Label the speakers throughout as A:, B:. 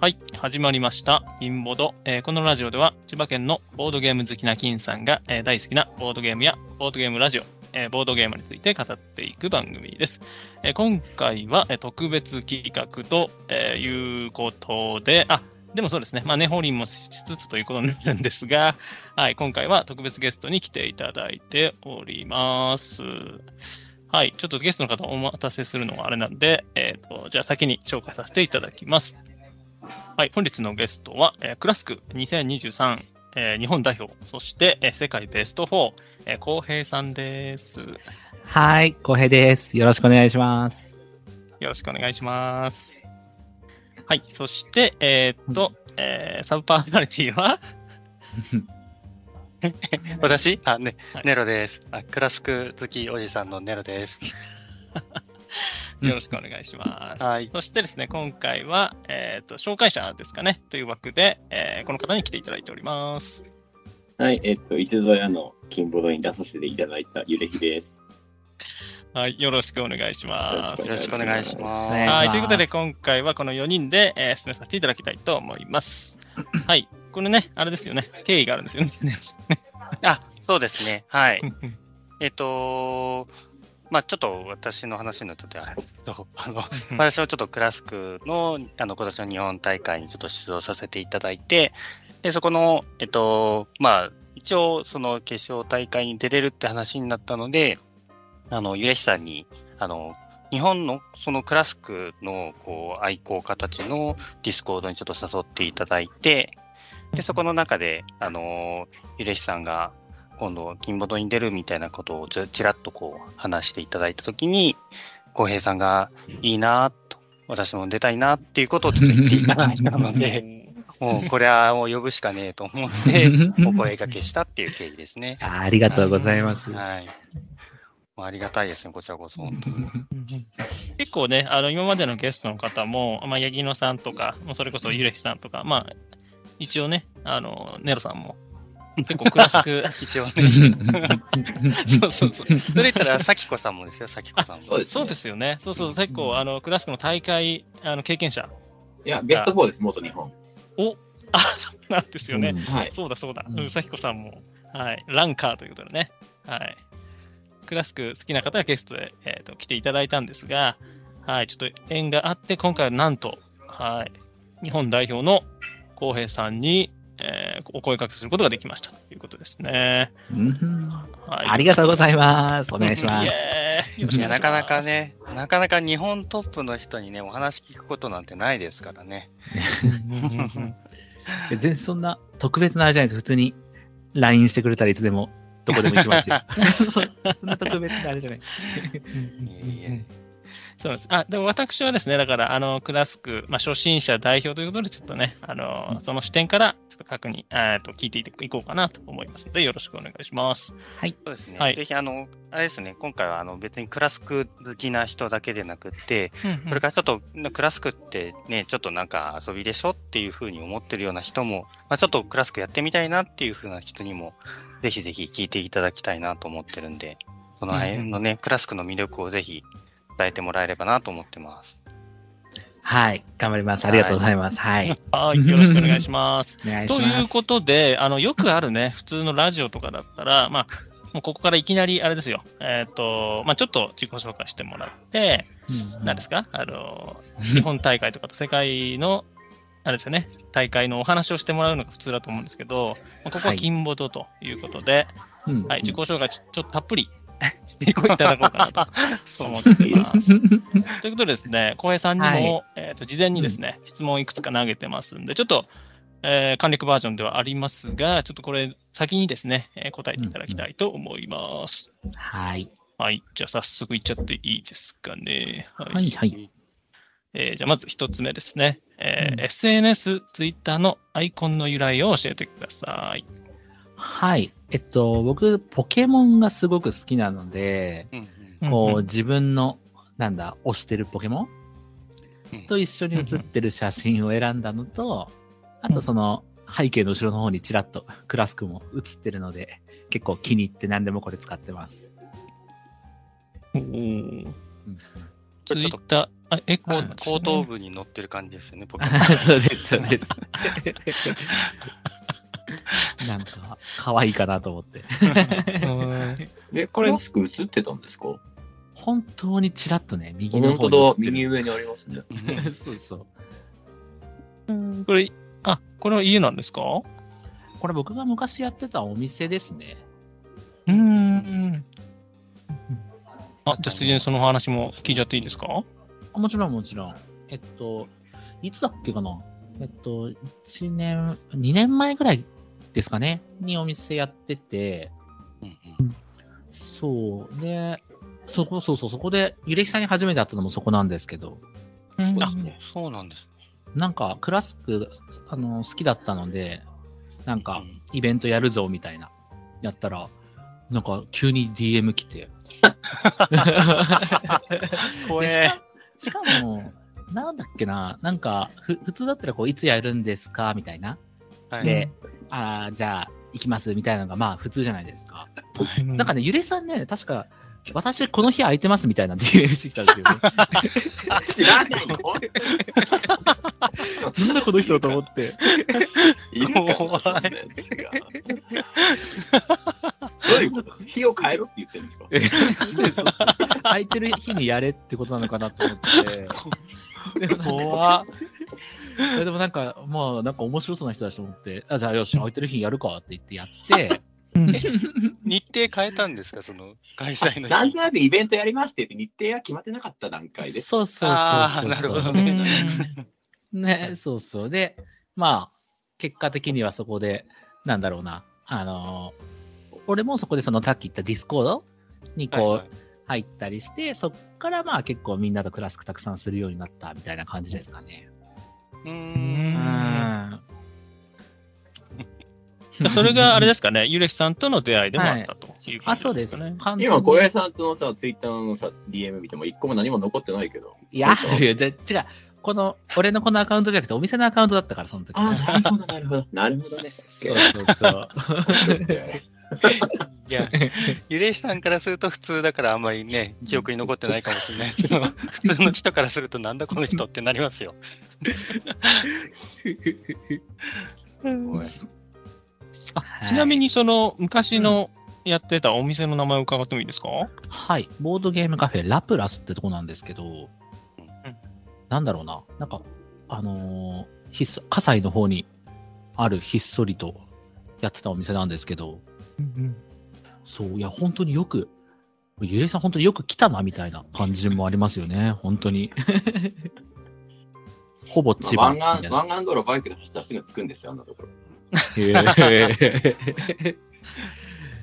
A: はい、始まりました。インボード、えーこのラジオでは、千葉県のボードゲーム好きな金さんが、えー大好きなボードゲームやボードゲームラジオ、えーボードゲームについて語っていく番組です。えー今回は、えー特別企画と、えーいうことで、あ、でもそうですね、まあ、ね、ホリンもしつつということになるんですが、 はい、今回は特別ゲストに来ていただいております。はい、ちょっとゲストの方お待たせするのがあれなんで、えっ、と、じゃあ先に紹介させていただきます。はい、本日のゲストは、えークラスク2023、えー日本代表、そして、えー世界ベスト4、えー、浩平さんです。よ
B: はい、浩平です。よろしくお願いします。
A: ろしくお願いします。はい、そして、えーっと、えーサブパーソナリティは、
C: 私あ、ね
A: はい、
C: ネロです。あ、クラスク好きおじさんのネロです。
A: よろしくお願いします。
C: はい。
A: そしてですね、今回は、えーっと、紹介者ですかね、という枠で、えーこの方に来ていただいております。
D: はい、えっと、一度やの金ボードに出させていただいたゆれひです。
A: はい、よろしくお願いします。
C: よろしくお願いします。
B: お願
A: はいい、
B: します
A: ということで今回はこの4人で、えー進めさせていただきたいと思い ます。はい、これね、あれですよね、経緯があるんですよね。
C: あ、そうですね。はい。
A: うん
C: えっ、とまあちょっと私の話になっちゃってあれですけど、あの、
A: うん
C: 私はちょっとクラスクの、あの、今年の日本大会にちょっと出場させていただいて、で、そこの、えっ、とまあ一応、その決勝大会に出れるって話になったので、あの、ゆえひさんに、あの、日本のそのクラスクのこう愛好家たちのディスコードにちょっと誘っていただいて、で、そこの中で、あの、ゆれひさんが、今度金ボトに出るみたいなことをちちらっとこう話していただいたときに浩平さんがいいなぁと私も出たいなっていうことをちょっと言っていただいたの でもうこれはもう呼ぶしかねえと思ってお声掛けしたっていう経緯ですね。
B: あありがとうございます。
C: はいもうありがたいですね、こちらこそ。本 当に
A: 結構ね、あの今までのゲストの方も、まあ、八木野さんとか、もうそれこそゆれひさんとか、まあ、一応ね、あのネロさんも結構クラス ク、
C: 一応ね、
A: そうそうそう。
C: それ言ったら、咲子さんもですよ、咲子さんも。
D: そうです
A: そうですよね。そうそう、結構あのクラスクの大会あの経験者。
D: いや、ベスト4です、元日本。
A: あ、そうなんですよね。
D: はい。
A: そうだそうだ、
B: うん
A: うん、さきこさんも、はい、ランカーということでね、はい、クラスク好きな方がゲストで、えー、と来ていただいたんですが、はい、ちょっと縁があって、今回はなんと、はい、日本代表の浩平さんに、えーお声掛けすることができましたということですね。
B: うん
A: はい、
B: ありがとうござい
A: ま
B: ます。お願いしま
A: イ
B: す。
A: エーイよろし
C: い
A: くお願いし
C: や、な
A: ます
C: かなかね、なかなか日本トップの人にね、お話聞くことなんてないですからね。
A: うんうんうん
B: 全然そんな特別なあれじゃないです。普通に LINE してくれたらいつでも、どこでも行きま すよ。そんな特別なあれじゃない。
C: いえいえ
A: そうなんです。あ、でも私はですね、だから、あの、クラスク、まあ、初心者代表ということで、ちょっとね、あの、その視点から、ちょっと確認、えっと、聞いていっていこうかなと思いますので、よろしくお願いします。
C: そうですね、
A: はい
C: ぜひあの、あれですね、今回はあの別にクラスク好きな人だけでなくって、これからちょっとクラスクってね、ちょっとなんか遊びでしょっていうふうに思ってるような人も、まあ、ちょっとクラスクやってみたいなっていうふうな人にも、ぜひぜひ聞いていただきたいなと思ってるんで、その辺のね、クラスクの魅力をぜひ伝えてもらえればなと思ってます。
B: はい、頑張ります。ありがとうございます。はい。
A: はい、よろしくお願いします。
B: お願いし
A: と
B: ます。
A: いうことで、あの、よくあるね、普通のラジオとかだったら、まあ、もうここからいきなり、あれですよ、えっ、と、まあ、ちょっと自己紹介してもらって、
B: うん、
A: 何ですかあの、日本大会とかと世界の、あれですよね、大会のお話をしてもらうのが普通だと思うんですけど、まあここ
B: は
A: はい金ボトということで、
B: うん
A: はい、自己紹介ちょちょっとたっぷり していただこうかな と思っています。ということでですね、浩平さんにも、
B: はい
A: えーと事前にですね、質問をいくつか投げてますんで、ちょっと、えー簡略バージョンではありますが、ちょっとこれ先にですね、えー答えていただきたいと思います。
B: はい。
A: はい、じゃあ早速いっちゃっていいですかね。はい
B: はい、はい。
A: えーじゃあまず一つ目ですね、えー
B: うん
A: SNS、Twitter のアイコンの由来を教えてください。
B: はい。えっと、僕、ポケモンがすごく好きなので、
C: うん
B: こう、
A: ん
B: 自分の、なんだ、推してるポケモン
C: うん
B: と一緒に写ってる写真を選んだのと、あとその背景の後ろの方にちらっとクラスクも写ってるので、結構気に入って何でもこれ使ってます。
A: うん、
B: うん
C: ちょっと
A: Twitter、あ、X なんですね
C: 後頭部に乗ってる感じです よね、ポケモン。
B: そうです、そうです。 なんか、可愛いかなと思って。
A: うん
D: で、これ、マスク映ってたんですか
B: 本当にちらっとね、右の方に
D: 本当だ
B: 映、って
D: 右
B: る。
D: 上にありますね。
C: うん
B: そうそう。
A: これ、あ、これは家なんですか
B: これ僕が昔やってたお店ですね。
A: うーん。あ、じゃあ、ついでにその話も聞いちゃっていいですか
B: あもちろんもちろん。えっと、いつだっけかなえっと、1年、2年前ぐらいですかねにお店やってて、
C: うん
B: そう。で、そこ、そうそう、そこで、ゆれきさんに初めて会ったのもそこなんですけど、
A: うん
C: うん
A: あ
C: そうですねそうなんですね。
B: なんか、クラスク、あの、好きだったので、なんか
C: う、ん
B: イベントやるぞみたいな、やったら、なんか急に DM 来て。
C: 怖
B: で
C: え。
B: しかしかも、なんだっけな、なんか、ふ普通だったらこう、いつやるんですかみたいな。
C: は
A: ね
C: い。
B: で、ああ、じゃあ、行きますみたいなのが、まあ、普通じゃないですか。
A: な
B: なんかね、ゆれさんね、確か、私、この日空いてますみたいな DM してきたんですよ ね。
D: 知らないの
B: なんだこの人と思って。
D: いるかな
C: 怖い
D: そんなやつ がどういうこと日を変えろって言ってるんですか
B: え空いてる日にやれってことなのかなと思って。でもなんか
C: 怖っ
B: えでもなんか、まあ、なんか面白そうな人だしと思って、あ、じゃあよし、空いてる日にやるかって言ってや って、
A: うん
C: 日程変えたんですか、その開催の日。
D: なんとなくイベントやりますって言って日程が決まってなかった段階で
B: そうそうそうそう
C: あーなるほどね
B: ね、そうそう。で、まあ、結果的にはそこで、なんだろうな、あのー俺もそこでその、さっき言ったディスコードにこう、
C: はいはい
B: 入ったりして、そっからまあ結構みんなとクラスクたくさんするようになったみたいな感じですかね。
C: う
A: うん
C: ん
A: うん それがあれ
B: で
A: ですかね、ゆれきさんとの出会いでもあったという
B: あ、
A: 感
B: そう
A: じ
B: で
A: ですすかね。。
B: 完全に
D: 今小林さんとのさツイッターのさ DM 見ても一個も何も残ってないけど
B: いや、
D: そう
B: いやぜ違う。この、俺のこのアカウントじゃなくて、お店のアカウントだったから、その時。
D: ああなるほどなるほど なるほどね
B: そう そうそう。
C: いや、ゆれいさんからすると普通だからあんまりね、記憶に残ってないかもしれないけど、普通の人からするとなんだこの人ってなりますよ。
D: おい
A: あ ちなみ
B: に。
A: に、その昔のやってたお店の名前を伺ってもいいですか
B: はい。ボードゲームカフェ、ラプラスってとこなんですけど、なんだろうな。なんか、あのーひっそ、火災の方にあるひっそりとやってたお店なんですけど、そう、いや、本当によく、ゆれさん本当によく来たな、みたいな感じもありますよ ね。本当に。ほぼ千葉み
D: まあ
B: たい
D: 湾岸
B: な。
D: 湾岸道路バイクで走ったらすぐ着くんですよあんなところ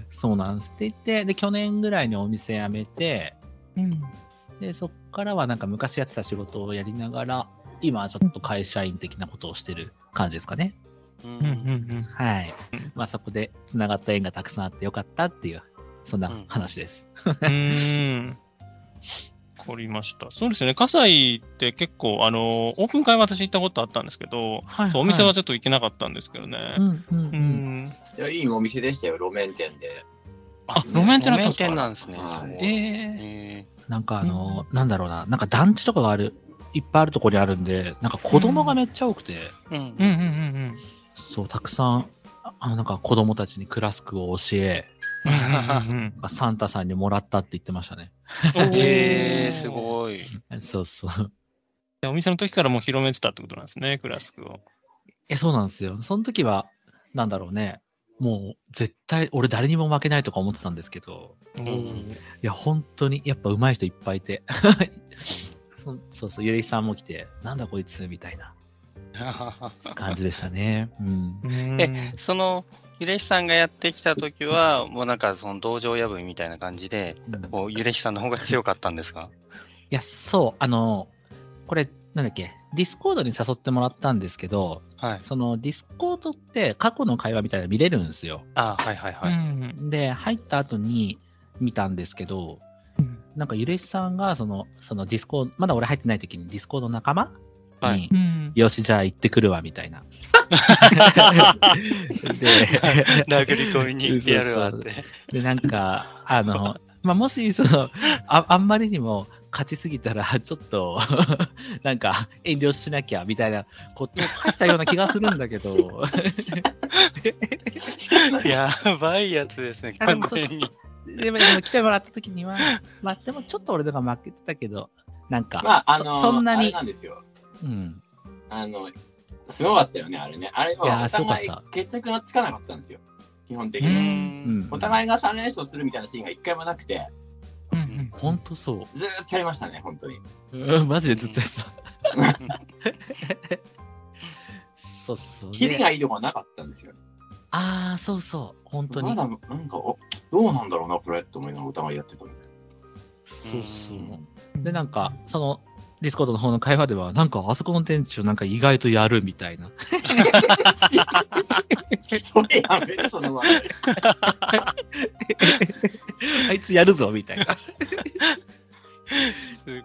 B: そうなんですって言って、で、去年ぐらいにお店辞めて、で、そっからはなんか昔やってた仕事をやりながら、今はちょっと会社員的なことをしてる感じですかね。
A: うんうんうん
B: はい
A: うん。
B: まあそこで繋がった縁がたくさんあってよかったっていう、そんな話です。
A: うーん。わかりました。そうですよね。葛西って結構、あの、オープン会は私行ったことあったんですけど、
B: はい
A: そうお店は、ちょっと行けなかったんですけどね
B: う。んうんう。
A: うんん。
D: いやいいお店でしたよ路面店で
A: あ、路面店だったんです
C: 路面店な
A: か
C: んですね。
D: はい
C: そう
A: ええ。
C: え
B: なんかあの、なんだろうな、なんか団地とかがある、いっぱいあるところにあるんで、なんか子供がめっちゃ多くて、
A: う
C: ーう
A: んうん
C: ん
A: うん
B: そう、たくさん、ああの、なんか子供たちにクラスクを教え、
A: うんうん。
B: まあサンタさんにもらったって言ってましたね。
C: えー、す
A: い。
C: ごい。
B: そうそう。
A: でお店の時からもう広めてたってことなんですね、クラスクを。
B: え、そうなんですよ。その時は、なんだろうね、もう絶対、俺誰にも負けないとか思ってたんですけど、
A: うん
C: うん
B: いや、本当に、やっぱ上手い人いっぱいいて。 そそうそう、ゆれきさんも来て、なんだこいつみたいな 感じでしたね。うん。
A: え、
C: そのゆれしさんがやってきた時は、もうなんかその道場破りみたいな感じで、こうゆれしさんの方が強かったんですか
B: いや、そう、あの、これ、なんだっけ、ディスコードに誘ってもらったんですけど、
C: はい。
B: そのディスコードって過去の会話みたいなの見れるんですよ。
C: あはいはいは
A: う
C: い。
A: ん
B: で、入った後に見たんですけど、なんかゆれしさんがその、そのディスコード、まだ俺入ってない時にディスコードの仲間に、
C: はい
A: うん。
B: よし、じゃあ行ってくるわ、みたい な。で
C: 殴り込みに行ってやるわっ
B: そう
C: て。
B: で、なんか、あの、まあ、もし、そのあ、あんまりにも、勝ちすぎたら、ちょっと、なんか、遠慮しなきゃみたいなことを書いたような気がするんだけど、
C: やばいやつですね、
B: あで
C: 完
B: もそう
C: 全に。
B: でも、でも来てもらった時に は、まあ、でもちょっと俺のが負けてたけど、なんか、
D: まあ、あの
B: そそんな
D: あれ
B: に
D: な、んですよ。
B: うん、
D: あの、すごかったよね、あれね。あれ
B: いや
D: はお互い
B: すごかっ
D: 決着がつかなかったんですよ、基本的
A: う
D: に。
B: うん
A: ん、
D: お互いが3連勝するみたいなシーンが一回もなくて、
A: うんうん
B: ほんとそ
D: ずーっとやりましたね、本当に。
B: う。うん、 マジでずっとやってた。 そうそう、
D: キリがいいとこはなかったんですよ。
B: ああ、そうそう、本当
D: ま
B: に。
D: だ、なんか、おどうなんだろうな、これって思いながらお互いやってたみたい
B: そうそうう。
A: ん
B: で、なんか、その、ディスコードの方の会話では、なんか、あそこの店長、なんか意外とやるみた いな。
D: な。それやめて、その話題。
B: あいつやるぞみたい な
C: す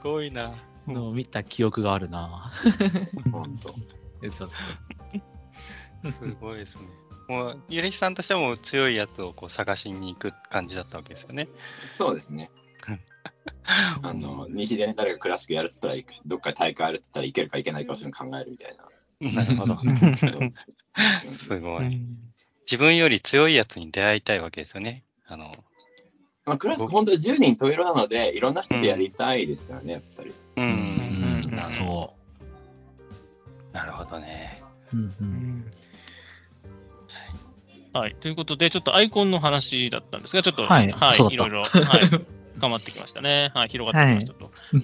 C: ごいな。
B: のを見た記憶があるな。
D: 本当。
B: そうそう。
C: すごいですね。もう、ゆれひさんとしてはもう強いやつをこう探しに行く感じだったわけですよね。
D: そうですね。あの、西でね、誰がクラシックやるっつったら、どっか大会あるって言ったらいけるかいけないかを一緒に考えるみたいな。
C: なるほど。
D: そうです
C: すご
A: う
C: い。
A: ん
C: 自分より強いやつに出会いたいわけですよね。あの、
D: まあ、クラシック本当に10人十色なので、いろんな人でやりたいですよね、やっぱり。
C: う。
B: うんん、
A: うん
B: そ
C: なるほど ね。
B: う。うんうん、
A: はい、ということで、ちょっとアイコンの話だったんですが、ちょっと、
B: はいそ
A: い
B: うだった
A: ろいろ、 はい、頑張ってきましたね。はい、広がってきましたと。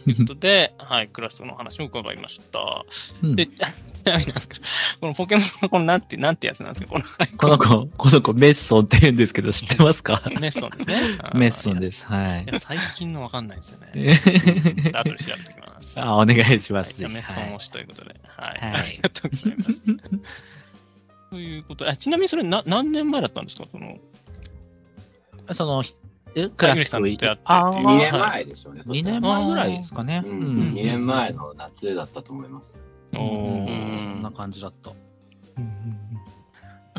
A: ということで、はい、クラストの話を伺いました。
B: うん
A: で、ち なみになんですけどこのポケモンのこのなんて、なんてやつなんですか、このアイコ
B: この子、この子、メッソンって言うんですけど、知ってますか
A: ン。メッソンですね。
B: メッソン
A: で
B: です。は い
A: い。や最近のわかんないですよね。
B: え
A: 後で調べてきます。
B: あ、お願いしま
A: はい
B: す。
A: じゃあメッソン
B: は
A: 推しということで、はい、
B: はい
A: ありがとうござい ます。ということで、あちなみにそれな何年前だったんですかその
B: いその、えクラシ
A: ゆり
B: ック
A: さんと出会ってっていう
B: あ
A: う
B: ー
A: ん
D: 2年前でしょうね、そし
B: 2
D: たら
B: 年前ぐらいですかね。
D: うん2年前の夏だったと思います。
A: お
B: う
A: ー
B: んそんな感じだった。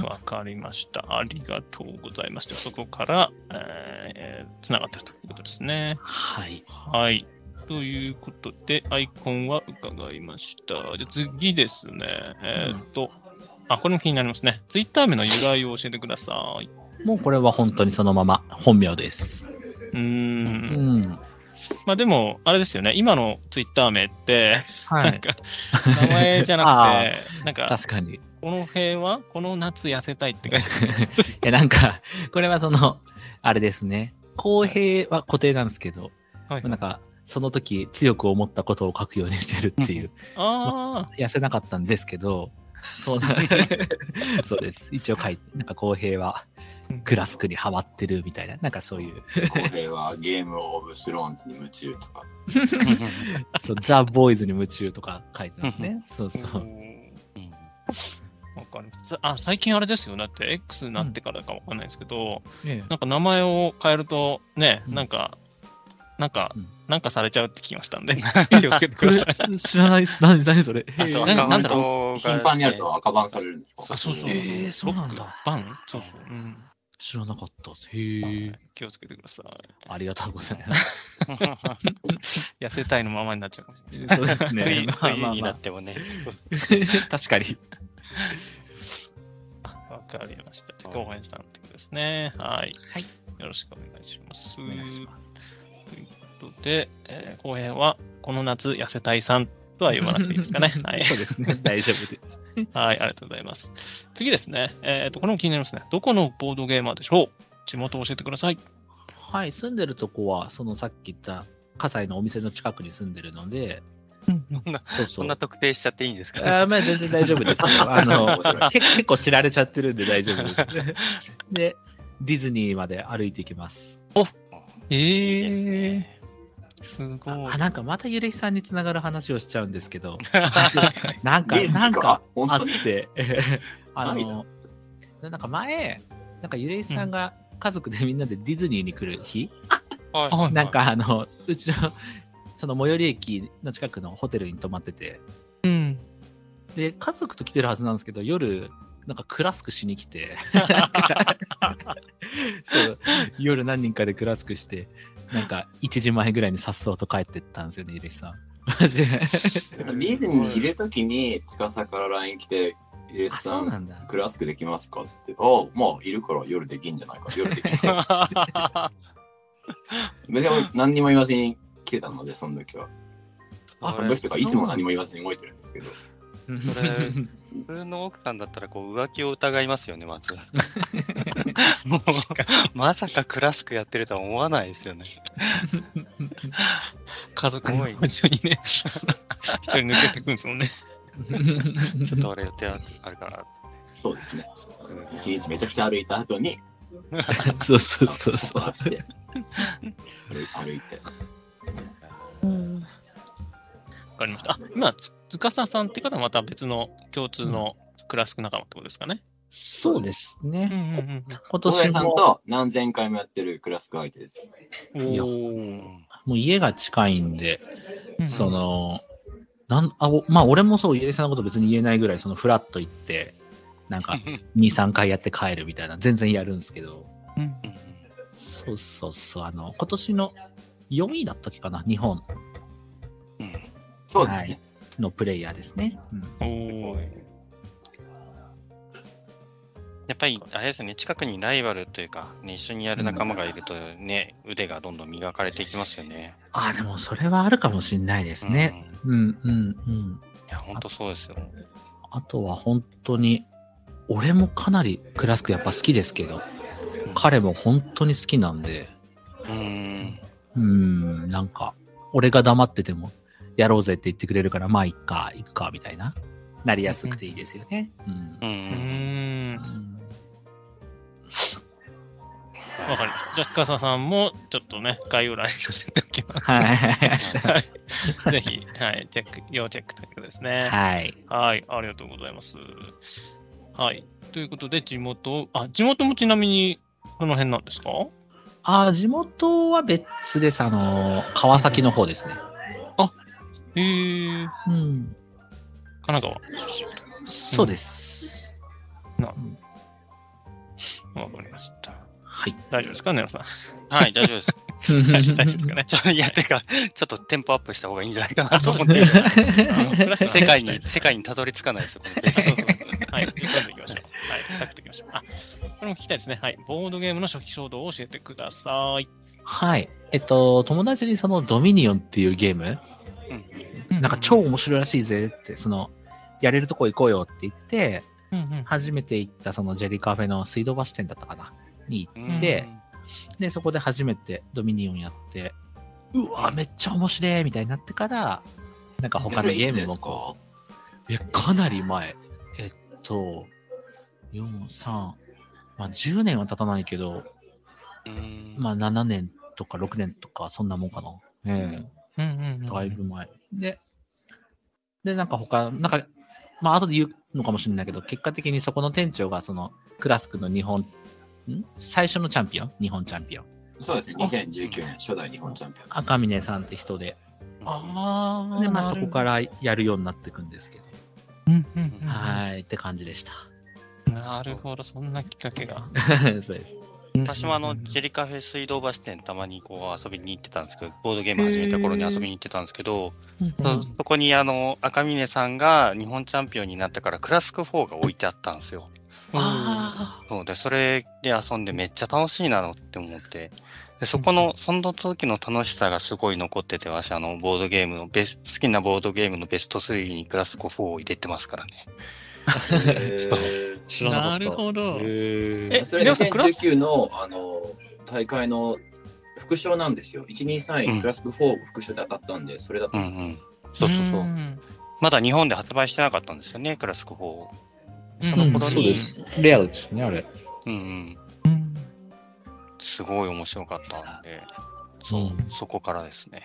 A: わかりました。ありがとうございました。そこから、えつながってるということですね。
B: はい。
A: はい。ということで、アイコンは伺いました。じゃあ次ですね。えーっと、あ、これも気になりますね。ツイッター名の由来を教えてください。
B: もうこれは本当にそのまま本名です。
A: うー。
B: うんん。
A: まあでも、あれですよね。今のツイッター名って、
B: は
A: なん
B: い。
A: か、名前じゃ なくて、なんか、
B: 確かに。
A: この辺は、この夏痩せたいって書いてある。
B: え、なんか、これはその、あれですね。公平は固定なんですけど、
A: はい
B: なんか、その時強く思ったことを書くようにしてるっていう、
A: あ
B: 痩せなかったんですけど、そうなそうです。一応書いて、なんか公平は
A: うん
B: クラスクにハマってるみたいな、なんかそういう、
D: 浩平はゲームオブスローンズに夢中とか。
B: そうザ・ボーイズに夢中とか書いてますね。そう
A: あ。
B: そ
A: お
B: う。
A: ーわかりますさあ最近あれですよ、だって X になってからかわかんないですけど、
B: ええ
A: なんか名前を変えるとね、
B: うん
A: なんか、なんか、
B: うん
A: なんかされちゃうって聞きました んで、気をつけてください。
B: 知らないです。何、何それ。
C: あ、そう、
A: えー
C: アカウ
A: なん
C: ン
A: だ
C: トが
D: 頻繁にやると赤番されるんですか
A: あ、そうそう。
D: えー
B: えーそうなんだ
A: ロックバンそうそう、うん
B: 知らなかったです。へえ。
A: 気をつけてください。
B: ありがとうございます。
A: 痩せたいのままになっちゃうかもしれない。
B: そうですね
C: 冬。
B: まあま
C: 冬
B: あ
C: に
B: ま
C: な
B: あ
C: っ。てもね。
B: 確かに。
A: わかりました。じゃあ後半さんってことですね。はい。
B: はい
A: よろしくお願いします。
B: お願いします。
A: ということで、えー後編は、この夏痩せたいさんとは言わなくていいです かね。はい。
B: そうですね。大丈夫です。
A: はい、ありがとうございます。次ですね。えっ、と、これも気になりますね。どこのボードゲーマーでしょう地元を教えてください。
B: はい、住んでるとこは、そのさっき言った、葛西のお店の近くに住んでるので、そう
C: そ
B: そ
C: んな
B: う。
C: 特定しちゃっていいんですか
B: あーまあ全然大丈夫 ですよ。あの
D: 面白い
B: け結構知られちゃってるんで大丈夫 です。で、ディズニーまで歩いていきます。
A: え
C: いいですね
A: すごい。
B: あ、なんかまたゆれひさんにつながる話をしちゃうんですけ ど、
A: はい
B: なんか
D: ディ、ズニ
B: なん
D: ーか
B: か
D: 本
B: あっ
D: 当に
B: て、 あ
D: ない
B: の、なんか前、なんかゆれいさんが家族でみんなでディズニーに来る日、
A: はい
B: なん、かあの、うちの、その最寄り駅の近くのホテルに泊まってて、
A: うん。
B: で、家族と来てるはずなんですけど、夜、なんかクラスクしに来て、そう夜何人かでクラスクして、なんか、1時前ぐらいにさっそうと帰ってったんですよね、イレキさん。マジで。
D: ディズニーいるときに、司から LINE 来て、イレ
B: あ、
D: ス
B: そ
D: さ、
B: うなんんだ。
D: クラスクできますかつって、ああ、まあ、いるから夜できんじゃないか、夜でき ん別に何にも言わずに来てたので、その時は。
B: あ
D: あの時とか、いつも何も言わずに動いてるんですけど。
C: それ普通の奥さんだったらこう浮気を疑いますよね、まず。もうまさかクラスクやってるとは思わないですよね。
A: 家族の補充にね、 一人抜けてくんですもんね。
C: ちょっと俺予定あるから。
D: そうですね。一日めちゃくちゃ歩いた後に、
B: そうそうそうそう。
D: 話して、歩い歩いて。
A: わかりました。あ、今、つ司さんって方はまた別の共通のクラスク仲間ってことですかね。
B: そうです
A: うん
B: ね。
A: うん
B: 今
D: 小林
B: 年
D: さん
B: も、
D: と何千回もやってるクラスク相手です。
A: うん。
B: いや
A: お
B: もう家が近いんで、
A: お。
B: そ
A: うん
B: の、なんあおまあ、俺もそう、イエレさんのこと別に言えないぐらい、そのフラッと行って、なんか、2、3回やって帰るみたいな、全然やるんですけど、
A: うん。
B: そうそうそう、あの、今年の4位だったっけかな、日本
D: そうですね。
B: のプレイヤーですね。うん
A: おお。
C: やっぱり、あれですね、近くにライバルというか、ね、一緒にやる仲間がいるとね、腕がどんどん磨かれていきますよね。
B: ああ、でもそれはあるかもしれないですね。
C: うん。い
B: うん、うん、うん。
C: や、ほんとそうですよ。
B: あとは本当に、俺もかなりクラスクやっぱ好きですけど、彼も本当に好きなんで、
C: うん。
B: うーん、なんか、俺が黙ってても、やろうぜって言ってくれるから、まあ、いっか、いっか、みたいな、なりやすくていいですよね。うん
C: う。。
A: うんん。
B: うん
A: わかりました。じゃあ、司さんもちょっとね、概要欄に載せておきます。
B: はい。
A: はい。ぜひ、はい、チェック、要チェックということですね。
B: はい。
A: はい、ありがとうございます。はい。ということで、地元、あ、地元もちなみに、この辺なんですか
B: あー、地元は別です。あのー、川崎の方ですね。
A: へえ、
B: うん。
A: 神奈川
B: そうです。
A: わかりました。
B: はい。
A: 大丈夫ですか、ネ ロさん。
C: はい、大丈夫です。
A: 大丈夫ですかね。
C: ちょいや、てか、ちょっとテンポアップした方がいいんじゃないかな
A: あ
C: と
A: そう
C: 思っ
A: で
C: て。
A: すね
C: 世界に、世界にたどり着かないですよ、このペー
A: そう
C: ス
A: そう そうはい、ということでいきましょう。はい、サクッといきましょう。あ、これも聞きたいですね。はい、ボードゲームの初期衝動を教えてください。
B: はい。えっと、友達にそのドミニオンっていうゲーム、なんか超、面白いらしいぜって、その、やれるとこ行こうよって言って、
A: うんうん、
B: 初めて行ったそのジェリーカフェの水道橋店だったかなに行
C: うん
B: って、で、そこで初めてドミニオンやって、うわ、めっちゃ面白いみたいになってから、なんか他のゲームもこう、え、かなり前。えっと、4、3、まあ10年は経たないけど、
C: うん
B: まあ7年とか6年とかそんなもんかな。え
A: うんうんう
B: え
A: ん
B: だいぶ前。で、で、なんか他、なんか、まあ後で言うのかもしれないけど、結果的にそこの店長がそのクラスクの日本、ん最初のチャンピオン日本チャンピオン。
D: そうですね。2019年初代日本チャンピオンです。
B: 赤嶺さんって人で、
A: あー
B: で、ま
A: な
B: あそ
A: る
B: こ
A: ほど
B: からやるようになっていくんですけど、
A: うんうんうん
B: はいって感じでした。
A: なるほど、そんなきっかけが。
B: そうです。
C: 私もあの、ジェリカフェ水道橋店たまにこう遊びに行ってたんですけど、ボードゲーム始めた頃に遊びに行ってたんですけど、そそこにあの、赤峰さんが日本チャンピオンになったから、クラスク4が置いてあったんですよ。
B: あ
C: そうで、それで遊んでめっちゃ楽しいなって思って。で、そこの、その時の楽しさがすごい残ってて、私、あの、ボードゲームのベス、好きなボードゲームのベスト3にクラスコ4を入れてますからね。
D: えー
B: 知らなか
A: な
B: った。
A: るほど。
C: え
A: え
D: それ
A: レオさんクラス
D: 2019のあの大会の副賞なんですよ。123
C: う
D: 位
C: ん
D: クラスク4副賞で当たったんで、それだ
C: う
D: と
C: んうん。そうそうそう。
A: ん
C: まだ日本で発売してなかったんですよね、クラスコ4を。そ
A: うん
C: の
A: うん
C: 頃に、。
A: そうです
B: レアルですね、あれ。
C: うんうん。
A: うん
C: すごい面白かったんで、そう、そこからですね。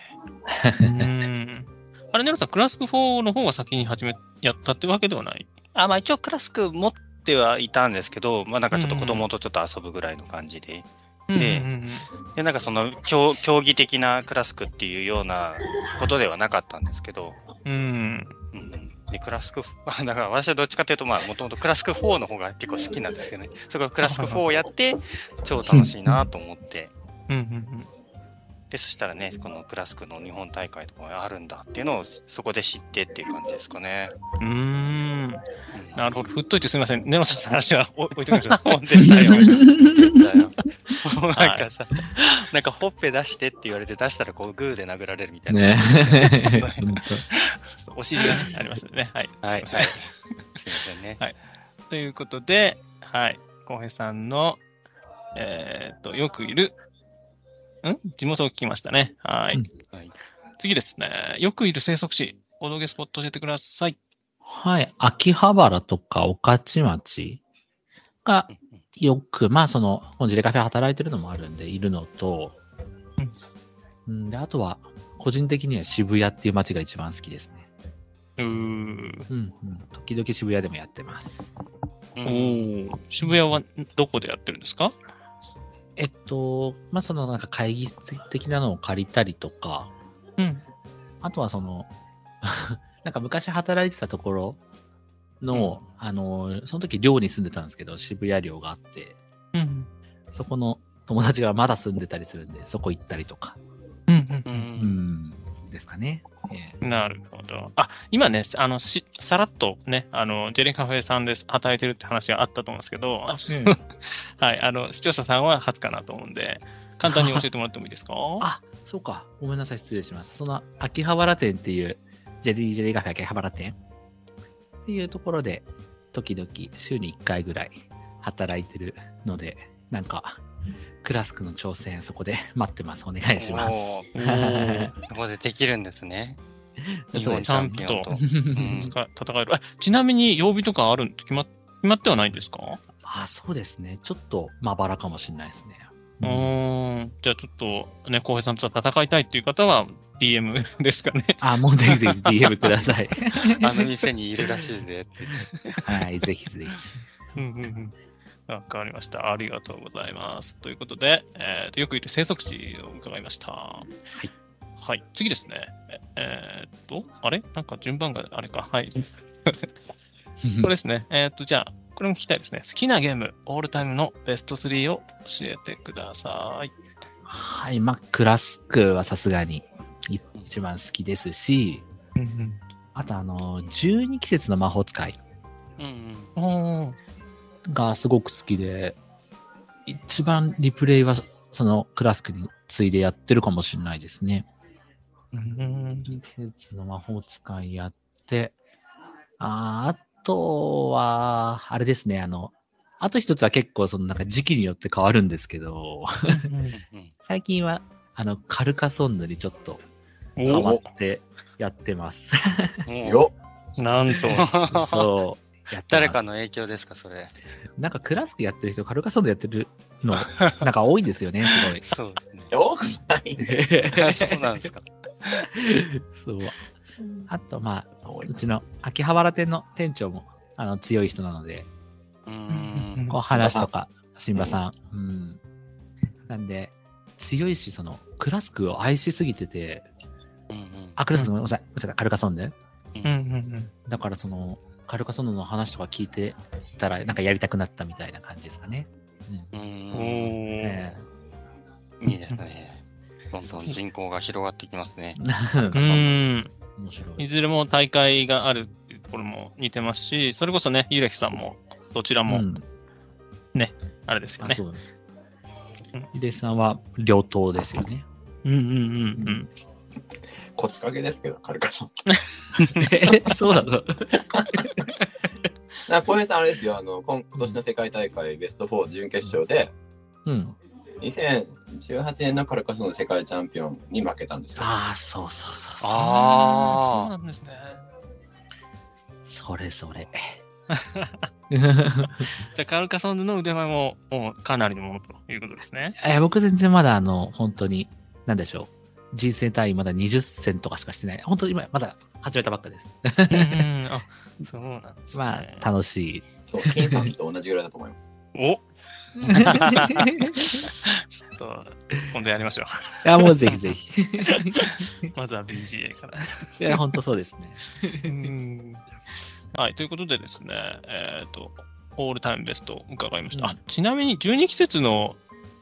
A: うんあれ、ネロさん、クラスク4の方が先に始め、やったってわけではない。
C: あ、まあ一応クラスク持ってはいたんですけど、まあなんかちょっと子供とちょっと遊ぶぐらいの感じで。で
A: うんうんうん
C: でなんかその競競技的なクラスクっていうようなことではなかったんですけど、
A: うん。
C: うんうん、でクラスク あだから私はどっちかというとまあもともとクラスク4の方が結構好きなんですけどねそこがクラスク4をやって超楽しいなと思って
A: うんうんうん
C: で、そしたらね、このクラスクの日本大会とかがあるんだっていうのをそこで知ってっていう感じですかね。
A: うーん。
C: うん
A: なるほど。振っといてすみません。根本さんの話はお置いとき ましょう。
C: ほんでだよ。だ よなんかさ、なんかほっぺ出してって言われて出したらこうグーで殴られるみたいな。
B: ね
A: お尻がありますね。はい。
C: はい、はい。
A: す
C: す
A: い
C: い
A: ま
C: ま
A: せん
C: せんね。
A: ということで、はい。浩平さんの、えーっと、よくいる、ん地元を聞きましたね。はい。
B: うん
C: はい
A: 次ですね。よくいる生息地、お道げスポット教えてください。
B: はい。秋葉原とか御徒町がよく、まあその、もうジレカフェ働いてるのもあるんで、いるのと、うん、で、あとは、個人的には渋谷っていう街が一番好きですね。
A: うー
B: うん、うん。時々渋谷でもやってます。
C: う
A: お
C: ん
A: ー渋谷はどこでやってるんですか
B: えっと、まあそのなんか会議室的なのを借りたりとか、
A: うん。
B: あとはその、 なんか昔働いてたところの、あの、その時寮に住んでたんですけど、渋谷寮があって、
A: うん。
B: そこの友達がまだ住んでたりするんで、そこ行ったりとか、
A: うん。
C: う
B: うんん、ですかね。え
A: うん。なるほど。あ、今ね、あの、しさらっとね、あの、ジェリカフェさんで働いてるって話があったと思うんですけど、
B: え
A: はい、あの視聴者さんは初かなと思うんで、簡単に教えてもらってもいいですか
B: あ、そうか。ごめんなさい、失礼しました。その、秋葉原店っていう、ジェリージェリーカフェ秋葉原店っていうところで、時々、週に1回ぐらい働いてるので、なんか、クラスクの挑戦、そこで待ってます。お願いします。
C: おー
A: おー
C: ここでできるんですね。日
B: そう
C: 本
B: です
C: チャンピオンと。ん
A: 戦えるあちなみに曜日とかあるん決まっ決まってはないんですか、
B: あ、そうですね。ちょっとまばらかもしれないですね。
A: うーん、じゃあちょっとね、浩平さんと戦いたいっていう方は DM ですかね。
B: あ、もうぜひぜひ DM ください。
C: あの店にいるらしいで。
B: はい、ぜひぜひ。
A: うんうんうんわかりました。ありがとうございます。ということで、えーとよくいる生息地を伺いました。はい
B: い。
A: 次ですね。ええーっと、あれなんか順番があれか。はい。これですね。えーっと、じゃあ、これも聞きたいですね。好きなゲーム、オールタイムのベスト3を教えてください。
B: はい、まあ、クラスクはさすがにい一番好きですし、
A: うん
B: あとあの、12季節の魔法使い
C: うん
A: うん。おー
B: がすごく好きで、一番リプレイはそのクラスクに次いでやってるかもしれないですね。
A: うん
B: 12季節の魔法使いやって、あーあとは、あれですね、あの、あと一つは結構そのなんか時期によって変わるんですけど、
C: うん
B: 最近はあの、カルカソンヌにちょっと
A: お
B: ハマ
A: ー
B: ってやって ます。
C: うん
D: よっ
A: なんと。
B: そう。やってます
C: 誰かの影響ですか、それ。
B: なんかクラスでやってる人、カルカソンでやってるの、なんか多いんですよね、す
C: そうです ね。
D: よくない
B: ご
D: ね。
C: あ
B: い。
C: そうなんですか。
B: そう。あと、まあ、うちの秋葉原店の店長もあの強い人なので、
C: う
A: うん
C: ん。
B: こう話とか、新馬さん。うん。なんで、強いし、その、クラスクを愛しすぎてて、
C: うん
B: あ、クラスクごめんなさい、ごめんなさい、カルカソンヌ
A: うんうん
B: だから、その、カルカソンヌの話とか聞いてたら、なんかやりたくなったみたいな感じですかね。うん。
C: う
A: うんん。お
C: うん
A: ー
B: え
C: いいです ね。どんどん人口が広がってきますね。
B: え
A: うん。
B: 面白
A: い
B: い。
A: ずれも大会があるっていうところも似てますし、それこそね、ゆらきさんも、どちらも、
B: ん、
A: あれですよ
B: あ
A: ね。
B: そうヒデさんは両党ですよね。
A: うんうんうんうん。
D: 腰掛けですけど、軽かさん。
B: え そうなの
D: な小平さん、あれですよ、あの今今年の世界大会ベスト4準決勝で、
B: うん。
D: 2018年のカルカソンの世界チャンピオンに負けたんですよ。
B: ああ、そうそうそうそう。
A: ああ、そう
C: あ
A: なんですね。
B: それそ れ。
A: じゃあ、カルカソンヌの腕前も、もうかなりのものということですね。
B: え僕全然まだあの、本当に、なんでしょう。人生単位まだ20戦とかしかしてない。本当に今まだ始めたばっかです。
A: うんうん、あそうなんですね。
B: まあ、楽しい。
D: そう、金さんと同じぐらいだと思います。
A: おち
B: い
A: ょっと、今度やりましょ
B: や、もうぜひぜひ。
A: う。まずは BGA から。
B: いや、本当そうですね。
A: うんはい、ということでですね、えっ、と、オールタイムベストを伺いました。あ
B: うん
A: ちなみに12季節の
B: はい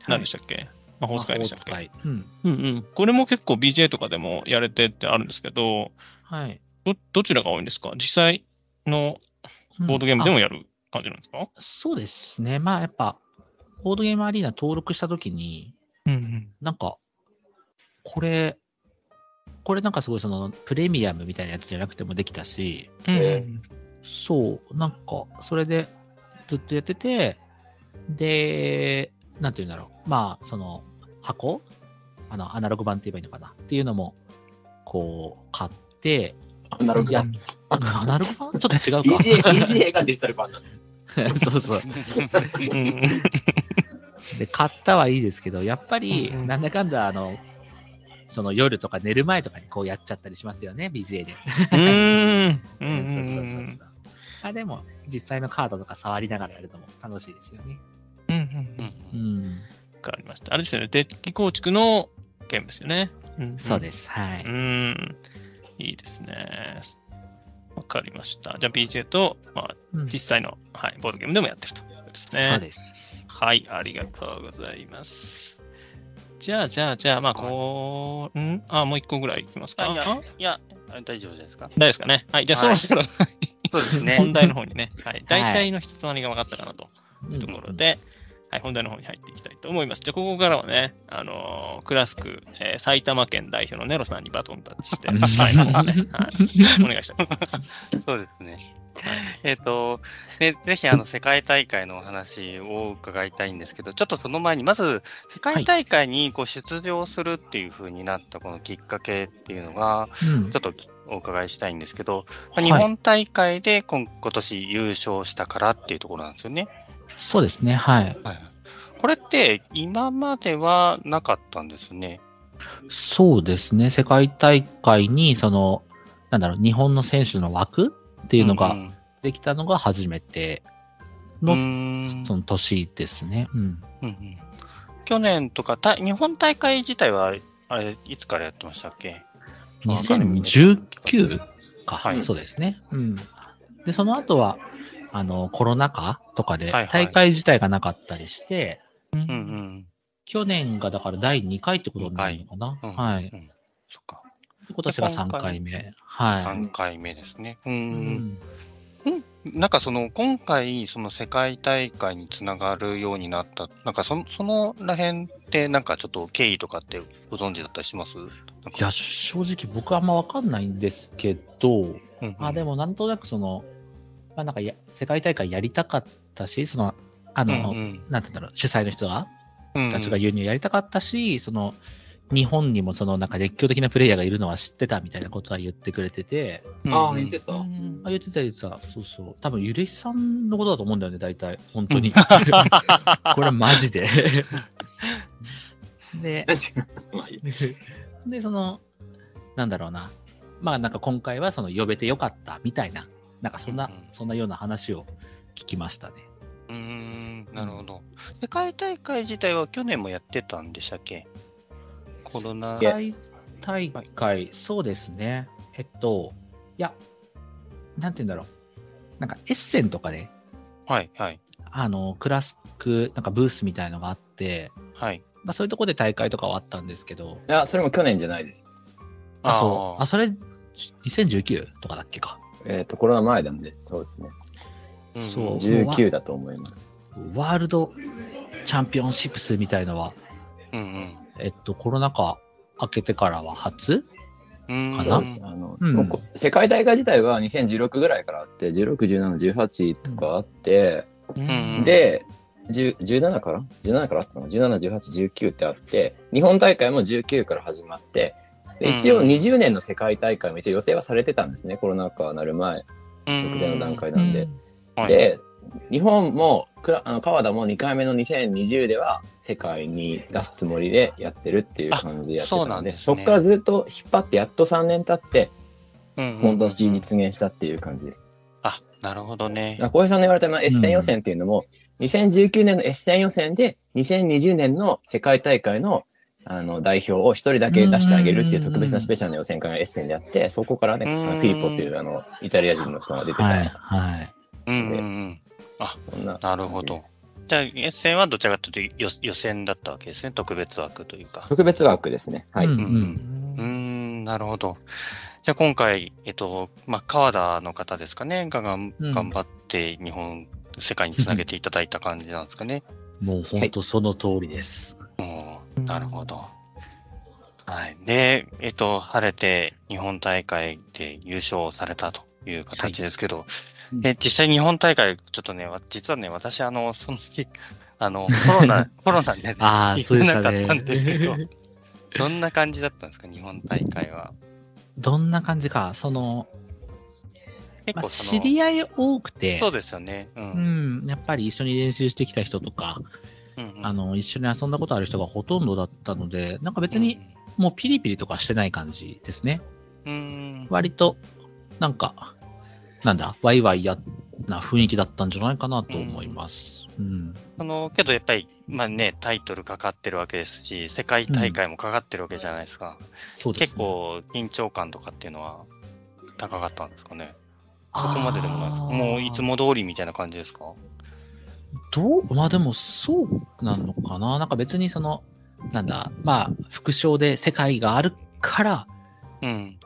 A: 何でしたっけ、魔法使いでしたっけ
B: 使い。うん。
A: うんうん。これも結構 BJ とかでもやれてってあるんですけど、
B: はい。
A: どどちらが多いんですか実際の
B: うん
A: ボードゲームで
B: あ
A: もやる感じなんですか
B: そうですね。まあやっぱ、ボードゲームアリーナ登録したときに、
A: うんうん。
B: なんか、これ、これなんかすごいそのプレミアムみたいなやつじゃなくてもできたし、
A: うんうん
D: え
B: そう、なんか、それでずっとやってて、で、なんて言うんだろう。まあ、その箱あの、アナログ版って言えばいいのかなっていうのも、こう、買って、
D: アナログ
B: いや
D: 版。
B: アナログ 版ちょっと違うか。
D: BGA, BGA がデジタル版なんです。
B: そうそう。
A: うんうん
B: で、買ったはいいですけど、やっぱり
A: うんう、ん
B: なんだかんだ、あの、その夜とか寝る前とかにこうやっちゃったりしますよね、BGA で。
A: うーん。う
B: うん
A: うん
B: そう
A: う
B: そうそうんそう。あでも、実際のカードとか触りながらやるのも楽しいですよね。
A: うんうんうん。
B: うん。
A: わかりました。あれですよね。デッキ構築のゲームですよね。
B: そう
A: す
B: です。はい。
A: うん。いいですね。わかりました。じゃあ BJ と、まあ、
B: うん
A: 実際の、はい、ボードゲームでもやってるということですね。
B: そうです。
A: はい、ありがとうございます。じゃあ、じゃあ、じゃあ、まあ、こう、んあ、もう一個ぐらいいきますか。
C: あいや
A: あ
C: いや、あ大丈夫ですか
A: 大丈夫ですかね。はい、じゃあ、そ
C: は
A: ろ
C: い
A: そろ
C: そうです
A: 本
C: ね。
A: 題の方にね、はい、大体の人となりが分かったかなと
B: と
A: ところ。で、はい、本題の方に入っていきたいと思います。じゃあ、ここからはね、あのークラスク、えー埼玉県代表のネロさんにバトンタッチして、
B: うん
A: はい、はい、お願いしたい。
C: そうですね。えっと、ね、ぜひあの世界大会のお話を伺いたいんですけど、ちょっとその前に、まず世界大会にこう出場するっていう風になったこのきっかけっていうのが、
B: うん
C: ちょっときお伺いしたいんですけど、まあ
B: はい
C: 日本大会で今今年優勝したからっていうところなんですよね。
B: そうですね。はい。
C: これって今まではなかったんですね。
B: そうですね。世界大会に、その、なんだろう、日本の選手の枠っていうの
C: ん
B: ができたのが初めて
C: うん、
B: の、
C: うーん
B: その年ですね。うん。
C: うんうん去年とかた、日本大会自体は、あれ、いつからやってましたっけ
B: 2019か、
C: はい
B: そうですね。うん。で、その後は、あの、コロナ禍とかで
C: はいはい
B: 大会自体がなかったりして、
A: うん
C: うんうん。
B: 去年がだから第2回ってことになるのかな。
C: 二回
B: はい。
C: うんそっか。
B: 今年が3回目。は
C: 3回目ですね。う。
B: い。うんん
C: なんかその、今回、その世界大会につながるようになった、なんかその、そのらへんって、なんかちょっと経緯とかってご存知だったりしますなんか
B: いや、正直僕あんまわかんないんですけど、
C: うんうん
B: あでもなんとなくその、まあなんかや世界大会やりたかったし、その、あ
C: うんう
B: の、
C: ん
B: なんて言うんだろう、主催の人が
C: うんうん
B: たちが輸入やりたかったし、その日本にもそのなんか熱狂的なプレイヤーがいるのは知ってたみたいなことは言ってくれてて、
C: うん
D: ああ、言ってた。
B: あ言ってた言ってた、そうそう、多分ゆれしさんのことだと思うんだよね、大体、本当に。 これはマジで。 で、
D: まあいい
B: で、その、なんだろうな、まあなんか今回はその呼べてよかったみたいな、なんかそんな、
C: うんうん
B: そんなような話を聞きましたね。
C: うーん、なるほど。世界大会自体は去年もやってたんでしたっけコロナ
D: い。や
B: 世界大会、そうですね。えっと、いや、なんて言うんだろう。なんかエッセンとかで、
C: はい、はい、
B: あの、クラスク、なんかブースみたいのがあって、
C: はい。
B: まあそういうとこで大会とかはあったんですけど、
D: や、それも去年じゃないです。
B: あ、そう。あ、それ、2019とかだっけか。
D: えっ、と、コロナ前なんで、そうですね。
C: うんうん
B: そう
D: 19だと思います。
B: ワールドチャンピオンシップスみたいのは、
C: うん
B: えっと、コロナ禍明けてからは初
C: うん。
B: か
D: そ
B: な
D: うですあの、
B: うん
D: もうこ世界大会自体は2016ぐらいからあって、16、17、18とかあって、
C: うん
D: で、10 17から ?17 からあったの ?17、18、19ってあって、日本大会も19から始まって、で一応
C: うん
D: 20年の世界大会も一応予定はされてたんですね、コロナ禍になる前、直前の段階なんで。
C: はい、
D: で、日本も、くらあの川田も2回目の2020では世界に出すつもりでやってるっていう感じでやってた
C: あそうなんん
D: で、
C: です
D: そ
C: ね
D: こからずっと引っ張ってやっと3年経って、
C: 本
D: 本当に実現したっていう感じです。
C: あ、なるほどね。
D: 小平さんの言われたのエッセン予選っていうのも、2019年のエッセン予選で2020年の世界大会のあの代表を一人だけ出してあげるっていう特別なスペシャルな予選会がエッセンであって、そこからね、あ
C: う
D: の
C: ん
D: フィリポっていうあのイタリア人の人が出てた、
B: はい、はい。
C: うんうんうん。
D: そんな
C: なるほど。じゃあ、エッセンはどちらかというと予予選だったわけですね、特別枠というか。
D: 特別枠ですね。はい。
B: うんう
C: うー
B: ん
C: ん、なるほど。じゃあ、今回、えっと、まあ、川田の方ですかね、ががん
B: うん
C: 頑張って日本、世界につなげていただいた感じなんですかね。
B: もう本当その通りです。
C: うん、なるほど。はい。で、えっと、晴れて日本大会で優勝されたという形ですけど、
B: い
C: え実際日本大会、ちょっとね、わ実はね、私、あの、その日、 あの、コ ロナ、コロナで、ね、
B: ああ、
C: 行
B: そ
C: か
B: うでし
C: な
B: た
C: かったん
B: ね。
C: ですけど、 どんな感じだったんですか、日本大会は。
B: どんな感じか、その、
C: 結
B: まあ、
C: 構そ
B: 知
C: の、
B: り合い多くて、
C: そうですよね。う。
B: うんん、やっぱり一緒に練習してきた人とか、
C: うんうん
B: あの、一緒に遊んだことある人がほとんどだったので、なんか別に、もうピリピリとかしてない感じですね。
C: うん、うん
B: 割と、なんか、なんだ、ワイワイやな雰囲気だったんじゃないかなと思います。うん。
C: そのけどやっぱり、まあね、タイトルかかってるわけですし、世界大会もかかってるわけじゃないですか。
B: そうですね
C: 結、構緊張感とかっていうのは高かったんですかね。そ
B: あー
C: こまででもないですか。もういつも通りみたいな感じですか。
B: どうまあでもそうなのかななんか別にそのなんだまあ副賞で世界があるから
C: うん。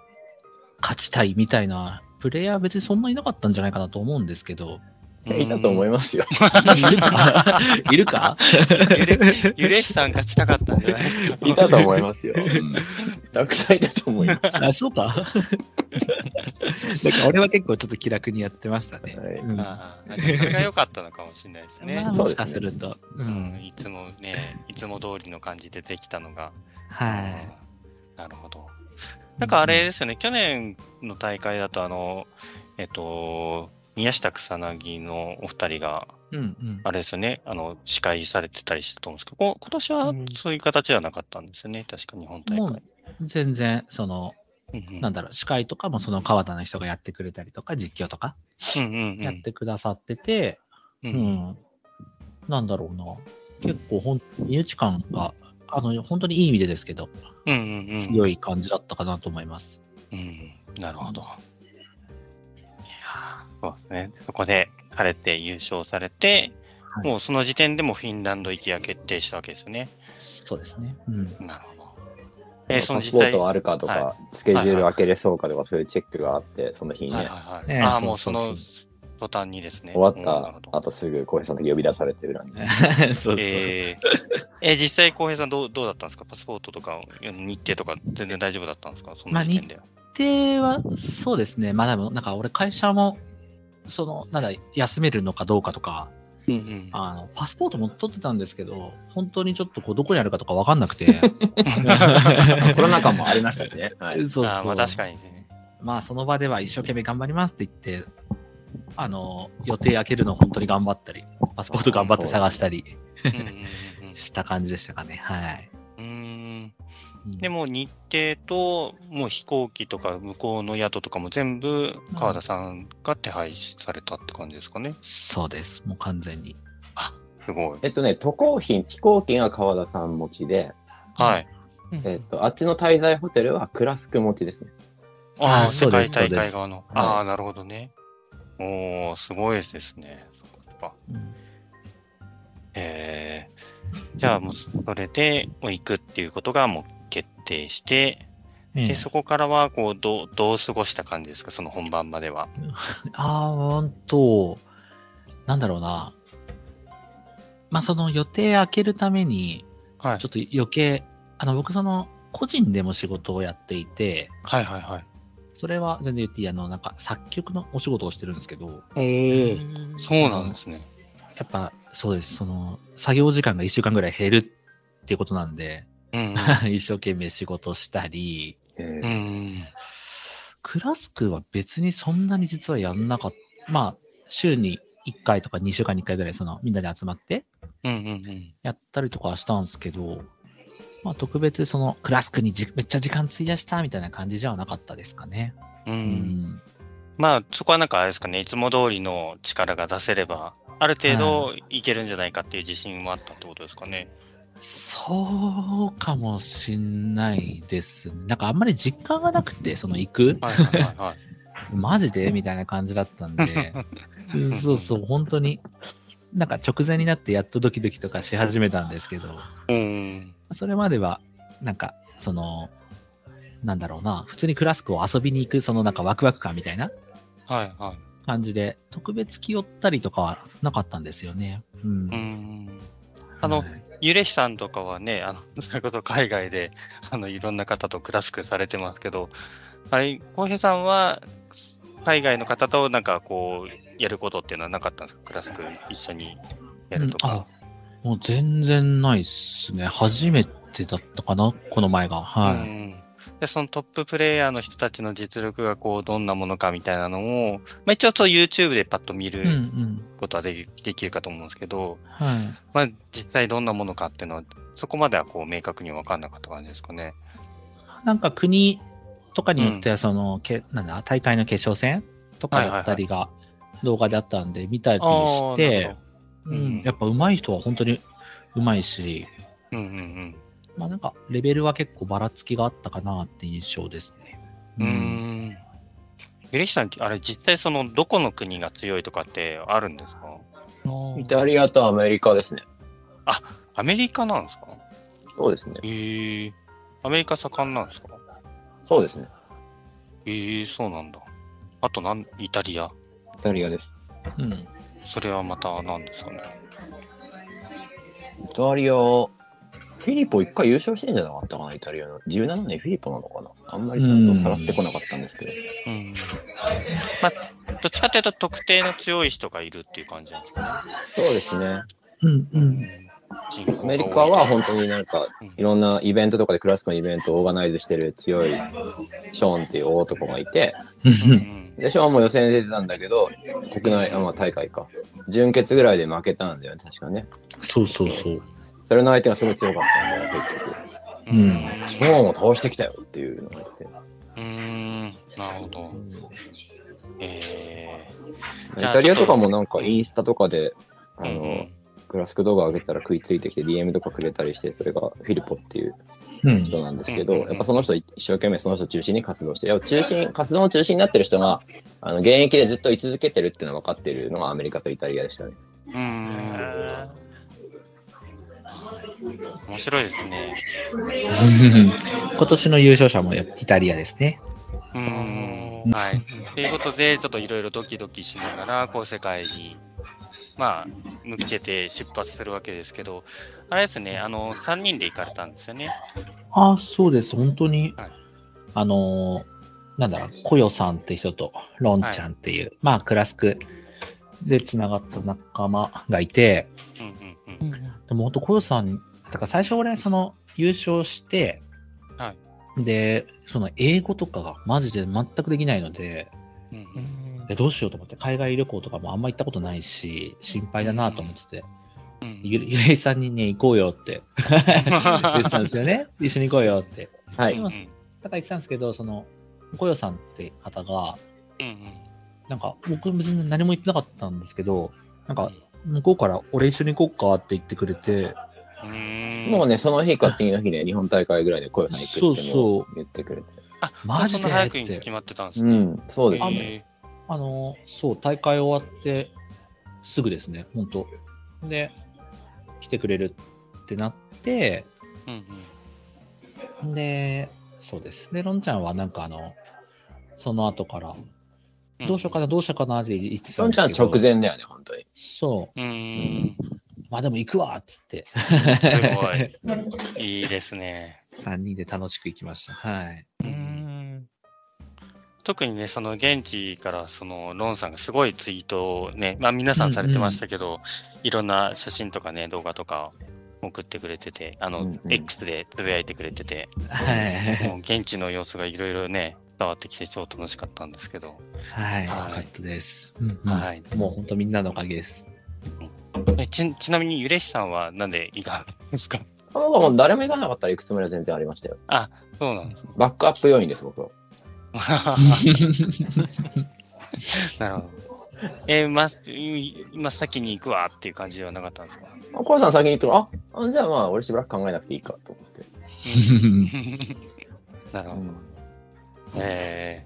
B: 勝ちたいみたいなプレイヤーは別にそんないなかったんじゃないかなと思うんですけ ど
D: いいなと思い
C: ま
D: ますよ。。
B: いる かいるか
C: す。ゆれしさん 勝ちたかったんじゃないですか
D: いたと思います よ。たくさんいたと思います。
B: あそう かなんか俺は結構ちょっと気楽にやってましたね、
D: はい
B: うん
C: あーじゃあそれが良かったのかもしれないですね
B: まあ、。
D: そ
B: も
D: うで
B: し
D: すね
B: かするとう
C: うん
B: ん、
C: いつもね、いつも通りの感じでできたのが。
B: はい
C: い。なるほど。なんかあれですよね、去年の大会だと、あの、えっと、宮下草薙のお二人が、
B: うんうん
C: あれですよね、あの、司会されてたりしたと思うんですけど、こ今年は
A: うん
C: そういう形ではなかったんですよね、確か日本大
B: も
C: 会
B: う。全然その
C: うんうん
B: なんだろう司会とかもその川田の人がやってくれたりとか実況とか
C: うんうんうん
B: やってくださってて、
C: う
B: うんん、なんだろうな、結構ほん、身内感が、あの、本当にいい意味でですけど、
C: うんうんうん
B: 強い感じだったかなと思います。
C: うんなるほど。いやーそうですね。そこで晴れて優勝されて、
B: はい
C: もうその時点でもうフィンランド行きが決定したわけですよね。
B: そうですね。うん。
C: なるほど。えー、
D: パ
C: その
D: ス
C: 実
D: ポー
C: 際。
D: ト
C: は
D: はあるかと
C: は
D: か、スケジュール分けれそうかとか、そういうチェックがあって、その
C: い
D: 日に
C: はい
D: ね、
C: はい。
B: ね
C: あ
B: そ
C: あ、
B: う
C: もうそ
B: そ
C: の
B: う
C: 途端にですね。
D: 終わっ
C: うんなる
D: た
C: ほど
D: 後すぐ浩平さんと呼び出されてるなんで。
B: そうそう。
C: えーえー実際、浩平さんどう、どうだったんですかパスポートとか、日程とか、全然大丈夫だったんですかその時点では。
B: では、そうですね。まあでも、なんか俺、会社も、その、なんだ、休めるのかどうかとか、
C: うんうん
B: あの、パスポートも取ってたんですけど、本当にちょっとこう、どこにあるかとかわかんなくて。
D: コロナ禍もありましたしね。はい
B: そうそう。
C: あーまあ、確かにね。
B: まあその場では一生懸命頑張りますって言って、あの、予定開けるの本当に頑張ったり、パスポート頑張って探したり
C: うんうんうんうん
B: した感じでしたかね。はい。
C: うーん
B: うん
C: でもう日程と、もう飛行機とか向こうの宿とかも全部川田さんが手配されたって感じですかね。
B: そうです。もう完全に。
C: すごい。
D: えっとね、渡航費、飛行機が川田さん持ちで、
C: はい。
D: えっと、あっちの滞在ホテルはクラスク持ちですね。
C: あ
B: あー
C: あ、世
B: そうで
C: 界
B: す
C: 大
B: そうで
C: 会
B: す
C: 側の。
D: い
C: ああ、なるほどね。おお、すごいですね。そっか
B: うん
C: えー、じゃあもうそれでもう行くっていうことがもう決定して、
B: ええ
C: でそこからはこうどうどう過ごした感じですか、その本番までは。
B: あーほんと、なんだろうな。まあその予定開けるために、
C: はい
B: ちょっと余計、あの、僕その、個人でも仕事をやっていて、
C: はいはいはい。
B: それは全然言っていい、あの、なんか作曲のお仕事をしてるんですけど、
C: おお、そうなんですね。
B: やっぱそうです、その作業時間が1週間ぐらい減るっていうことなんで、
C: うん、
B: 一生懸命仕事したり、
D: え
C: うん。う
D: ー
C: ん。
B: クラスクは別にそんなに実はやんなかった。まあ、週に1回とか2週間に1回ぐらい、そのみんなで集まって
C: うんうんうん。
B: やったりとかはしたんですけど、まあ特別そのクラスクにじめっちゃ時間費やしたみたいな感じじゃなかったですかね。
C: う
B: うんん。
C: まあ、そこはなんかあれですかね、いつも通りの力が出せれば、ある程度いけるんじゃないかっていう自信もあったってことですかね。
B: そうかもしんないですね。なんかあんまり実感がなくて、その行く
C: はいはいはいはい。
B: マジでみたいな感じだったんで、うんそうそう、本当に、なんか直前になってやっとドキドキとかし始めたんですけど、
C: うん。
B: それまでは、なんか、その、なんだろうな、普通にクラスクを遊びに行く、そのなんかワクワク感みたいな
C: はいは
B: 感じで、特別気負ったりとかはなかったんですよね。うん
C: い。うん。あの
B: はい
C: ゆれひさんとかはね、あの それこそ海外であのいろんな方とクラスクされてますけど、あれ、浩平さんは海外の方となんかこう、やることっていうのはなかったんですかクラスク一緒にやるとか。
B: うんあもう全然ないっすね。初めてだったかな、この前が。はい。
C: うんでそのトッププレイヤーの人たちの実力がこうどんなものかみたいなのを、まあ、一応そう YouTube でパッと見
B: うんう
C: る
B: ん。
C: ことはでき,、できるかと思うんですけど、
B: はい。
C: まあ、実際どんなものかっていうのはそこまではこう明確に分かんなかった感じですかね。
B: なんか国とかによっては、その、けなんだ、大会の決勝戦とかだったりが動画であったんで見たりし
C: ーな
B: て
C: る、ほ
B: う
C: どうん
B: ん、やっぱ上手い人は本当に上手いし、
C: うんうん
B: まあなんかレベルは結構ばらつきがあったかなって印象ですね。
C: うん。うーん。ゆりさん、あれ実際そのどこの国が強いとかってあるんですか
D: イタリアとアメリカですね。
C: アメリカなんですか
D: そうですね。
C: へえアメリカ盛んなんですか
D: そうですね。
C: ええそうなんだ。あとなん、イタリア。
D: イタリアです。
B: うん。
C: それはまた何ですかね。
D: イタリア、フィリポ一回優勝してんじゃなかったかな、イタリアの。17年フィリポなのかな。あんまりちゃんとさらってこなかったんですけど。
C: うん。まあ、どっちかというと特定の強い人がいるっていう感じなんですか
D: そうですね。
B: うんう
C: ね。
B: ん。
C: 人口が多い
D: アメリカは本当になんか、いろんなイベントとかでクラスのイベントをオーガナイズしてる強いショーンっていう大男がいて、
C: うんうん
D: で、ショーンも予選で出てたんだけど、国内、あまあ、大会か。準決ぐらいで負けたんだよね、確かね。
B: そうそうそう。
D: それの相手がすごい強かったんだよ、結局。
B: うん
D: ショーンを倒してきたよっていうのがあって。
C: うーん。なるほど。ええ
D: イ
C: じゃあ
D: タリアとかもなんかインスタとかで、あ
C: うんう
D: の
C: ん、
D: クラスク動画上げたら食いついてきて DM とかくれたりして、それがフィルポっていう
B: うん。
D: 人なんですけど、
C: うんうんうん
D: やっぱその人一生懸命その人中心に活動して、やっぱ中心、活動の中心になってる人が、あの、現役でずっと居続けてるっていうのは分かってるのがアメリカとイタリアでしたね。
C: うーん。面白いですね。
B: 今年の優勝者もやっぱイタリアですね。
C: うーん。はい。ということで、ちょっといろいろドキドキしながら、こう世界に、まあ、向けて出発するわけですけど、あれですね、あの、3人で行かれたんですよね。
B: あ、そうです。本当に、
C: はい
B: あのーなんだろう、コヨさんって人と、ロンちゃんっていう、まあ、クラスクでつながった仲間がいて、
C: うんうんうん。
B: でも本当、コヨさん、だから最初俺、その、優勝して、
C: は
B: で、その、英語とかがマジで全くできないので、
C: うん
B: えどうしようと思って、海外旅行とかもあんま行ったことないし、心配だなと思ってて、
C: うんうん
B: ゆゆれいさんにね、行こうよって、言ってたんですよね。一緒に行こうよって。
D: は
C: う
D: い
C: ん。
B: だから言ってたんですけど、その、こよさんって方が、なんか、僕別に何も言ってなかったんですけど、なんか、向こうから俺一緒に行こうかって言ってくれて、
C: うんうん。
D: もうね、その日か次の日で、日本大会ぐらいで小さん行くって
B: そう
D: も
B: そう
D: う言ってくれて。
C: あ、
B: マジで
C: そんな早くに
B: って
C: 決まってたんです
D: う
C: ね。
D: ん、そうですね。
C: へ
B: あの、そう、大会終わってすぐですね、本当で、来てくれるってなって、
C: ーうん
B: で、そうです。で、ロンちゃんはなんかあの、その後から、
C: うん
B: どうしようかな、どうしようかなって言って
D: そ
B: たん
D: ん
B: で
D: ちゃ
B: す
D: ん
B: けど。
D: 直前だよね、本当に。
B: そう
C: ーん。
B: う。まあでも行くわっつって、
C: すごい。いいですね。
B: 3人で楽しく行きました。はい。
A: うん
C: 特にね、その現地から、そのロンさんがすごいツイートをね、まあ皆さんされてましたけど、いろんな写真とかね、動画とか送ってくれてて、あの、
D: うんうん
C: X でつぶやいてくれてて、
B: はい。
C: もう現地の様子がいろいろね、伝わってきて超楽しかったんですけど、
B: はい。よかったです。うんうん
C: はい。
B: もう本当みんなのおかげ です。
C: えちちなみに、ゆれしさんはなんでいかがですか
D: あの子もう誰も行かなかったら行くつもりは全然ありましたよ。
C: そうなんですね。
D: バックアップ要員です、僕は。
C: なるほど。えー、ま、今先に行くわっていう感じではなかったんですか
D: あ小さん先に言っても、あ、あじゃあまあ、俺しばらく考えなくていいかと思って。
C: なるほど。え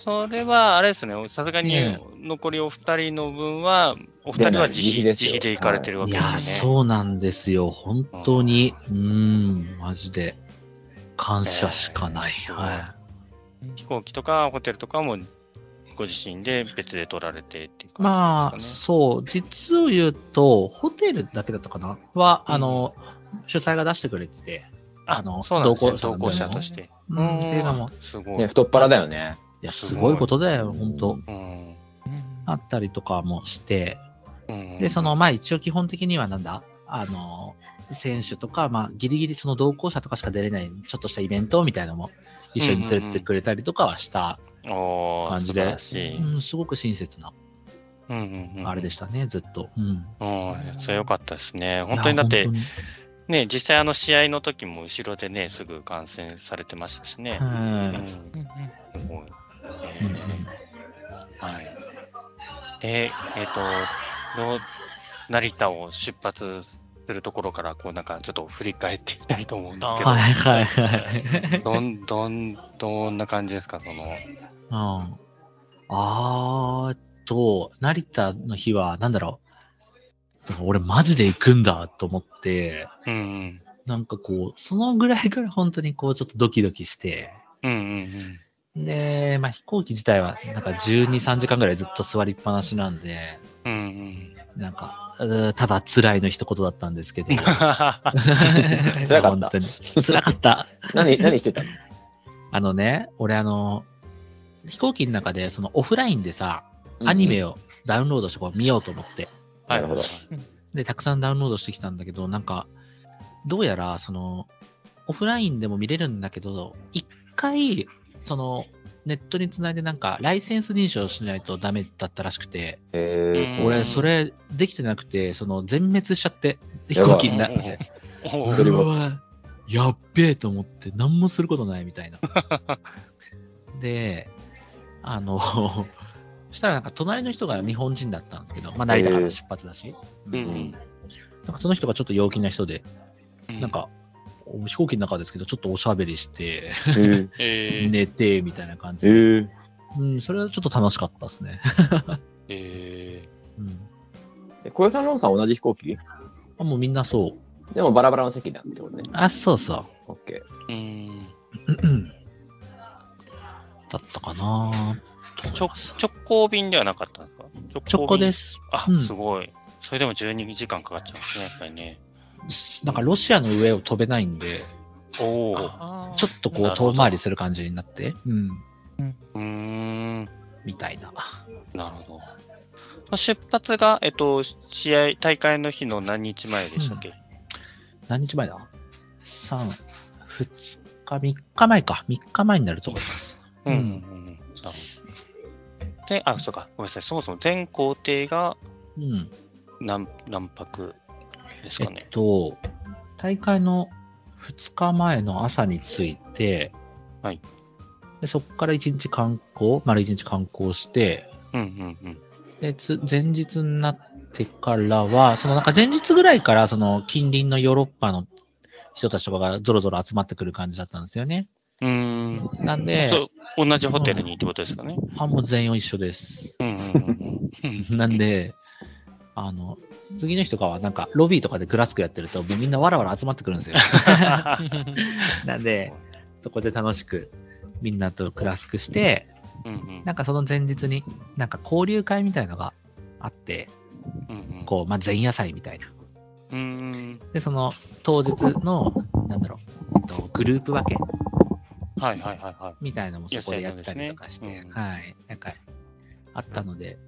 C: それは、あれですね、さすがに
B: ね
C: 残りお二人の分は、お二人は自費
D: 出ない自費です
C: 自費
D: よ
C: で行かれてるわ
B: い
C: け
B: や
C: ですよ
B: ー、
C: ね。
B: そうなんですよ。本当に。うーん、マジで。感謝しかない。
C: えー
B: は
C: 飛行機とかホテルとかもご自身で別で取られてってい
B: い。
C: う感じですか、ね、
B: まあ、そう、実を言うと、ホテルだけだったかなは、あの、主催が出してくれてて、
C: あ
B: あの
C: そうなんですよ同
B: 同
C: 行
B: 行
C: 者
B: 者
C: と
B: と
C: し。
B: してう
C: うん
B: ん、っていうのも、
C: すごい。
D: ね、太っ腹だよね。
B: いや、
C: す
B: す
C: ごい
B: ごいことだよ、本当
C: うん
A: うん
B: あったりとかもして、
C: うん
B: で、その、まあ一応基本的にはなんだ、あの、選手とか、まあギリギリその同行者とかしか出れない、ちょっとしたイベントみたいなのも一緒に連れてってくれたりとかはした
C: おー
B: 感じ
C: 素晴
B: で
C: ら、しい。
B: うんすごく親切な、
C: うんうんうん
B: あれでしたね、ずっと。うん。
C: うん、それ良かったですね。本当にだっ
B: い
C: て
B: や、
C: ね、実際あの試合の時も後ろでね、すぐ観戦されてましたしね。
B: 本当
C: うん
B: に、
A: うんうん
C: すごい。え
B: うんうん
C: ーはい。で、えっ、と、の成田を出発するところから、こうなんかちょっと振り返っていきたいと思うんですけど、
B: はいはいはい。
C: どんどんどんな感じですか、その。
B: うんあーっと、成田の日は、なんだろう。俺マジで行くんだと思って、
C: うんうん。
B: なんかこう、そのぐらいから本当にこう、ちょっとドキドキして、
C: うんうん
B: で、まあ飛行機自体は、なんか12、3時間ぐらいずっと座りっぱなしなんで、
C: うん。うんうん。
B: なんか、うーただ辛いの一言だったんですけど。
D: 辛かった
B: 本当に辛かった。
D: 何、何してたの
B: あのね、俺あの、飛行機の中で、そのオフラインでさ、アニメ
D: を。
B: をダウンロードしてこう見ようと思って、
D: なるほど。
B: で、たくさんダウンロードしてきたんだけど、なんか、どうやら、その、オフラインでも見れるんだけど、一回、その、ネットにつないでなんか、ライセンス認証しないとダメだったらしくて、
D: えー、
C: うん
B: 俺、それ、できてなくて、その、全滅しちゃって、飛行機にな
C: やば いお
D: 一
C: ー
D: 人ぼっち
B: うわやっべえと思って、何もすることないみ たいな。で、あの、 したらなんか隣の人が日本人だったんですけど、まあ成田から出発だし、う
C: う
B: ん
C: ん
B: なんかその人がちょっと陽気な人で、
C: う ん。
B: なん、かお飛行機の中ですけど、ちょっとおしゃべりして、
D: えー、
C: えー、
B: 寝てみたいな感
D: え
B: じで、
D: ー
B: うん、それはちょっと楽しかったですね。
C: え
B: うん、
D: え小さん、ロンさん同じ飛行機
B: あもうみんなそう。
D: でもバラバラの席だってことね。
B: あ、そうそ
D: オッケー。
C: ー、うん。
B: う。うんうんだったかな
C: 直直行便ではなかったんですか。
B: 直行ですす。
C: あ、
B: うん
C: すごい。それでも12時間かかっちゃうんですね、やっぱりね。
B: なんかロシアの上を飛べないんで、
C: おお。
A: あー
B: ちょっとこ
C: な
B: う
C: るほど
B: 遠回りする感じになって、うん、
C: うーん。
B: みたいな。
C: なるほど。出発が、えっと、試合、大会の日の何日前でしたっけ、
B: 何日前だ ?3、2日、3日前か。3日前になると思います。
C: うん
B: ん
C: うんうん。なるほど。で、あ、そうか。ごめんなさい。そもそも全行程が
B: うん。
C: 何何泊です
B: え
C: かね
B: っ。と、大会の2日前の朝に着いて、
C: はい
B: でそこから1日観光、丸1日観光して、
C: うんうんうん。
B: で、つ前日になってからは、そのなんか前日ぐらいから、その近隣のヨーロッパの人たちとかがぞろぞろ集まってくる感じだったんですよね。
C: うーん。
B: なんで、
C: そう、同じホテルにってことですかね。
B: あ、もう全員一緒です。
C: うんうんうんうん。
B: なんで、あの、次の日とかはなんかロビーとかでクラスクやってると、みんなわらわら集まってくるんで すよ。なんで、そこで楽しくみんなとクラスクして、
C: うんうん
B: なんかその前日になんか交流会みたいのがあって、
C: うんうん
B: こう、まあ、前夜祭みたいな。
C: うーん。
B: で、その当日の、なんだろう、えっと、グループ分け
C: はいはいはいはい。
B: みたいなのもそこでやったりとかして、
C: 野菜のですねうん
B: はい、なんかあったので、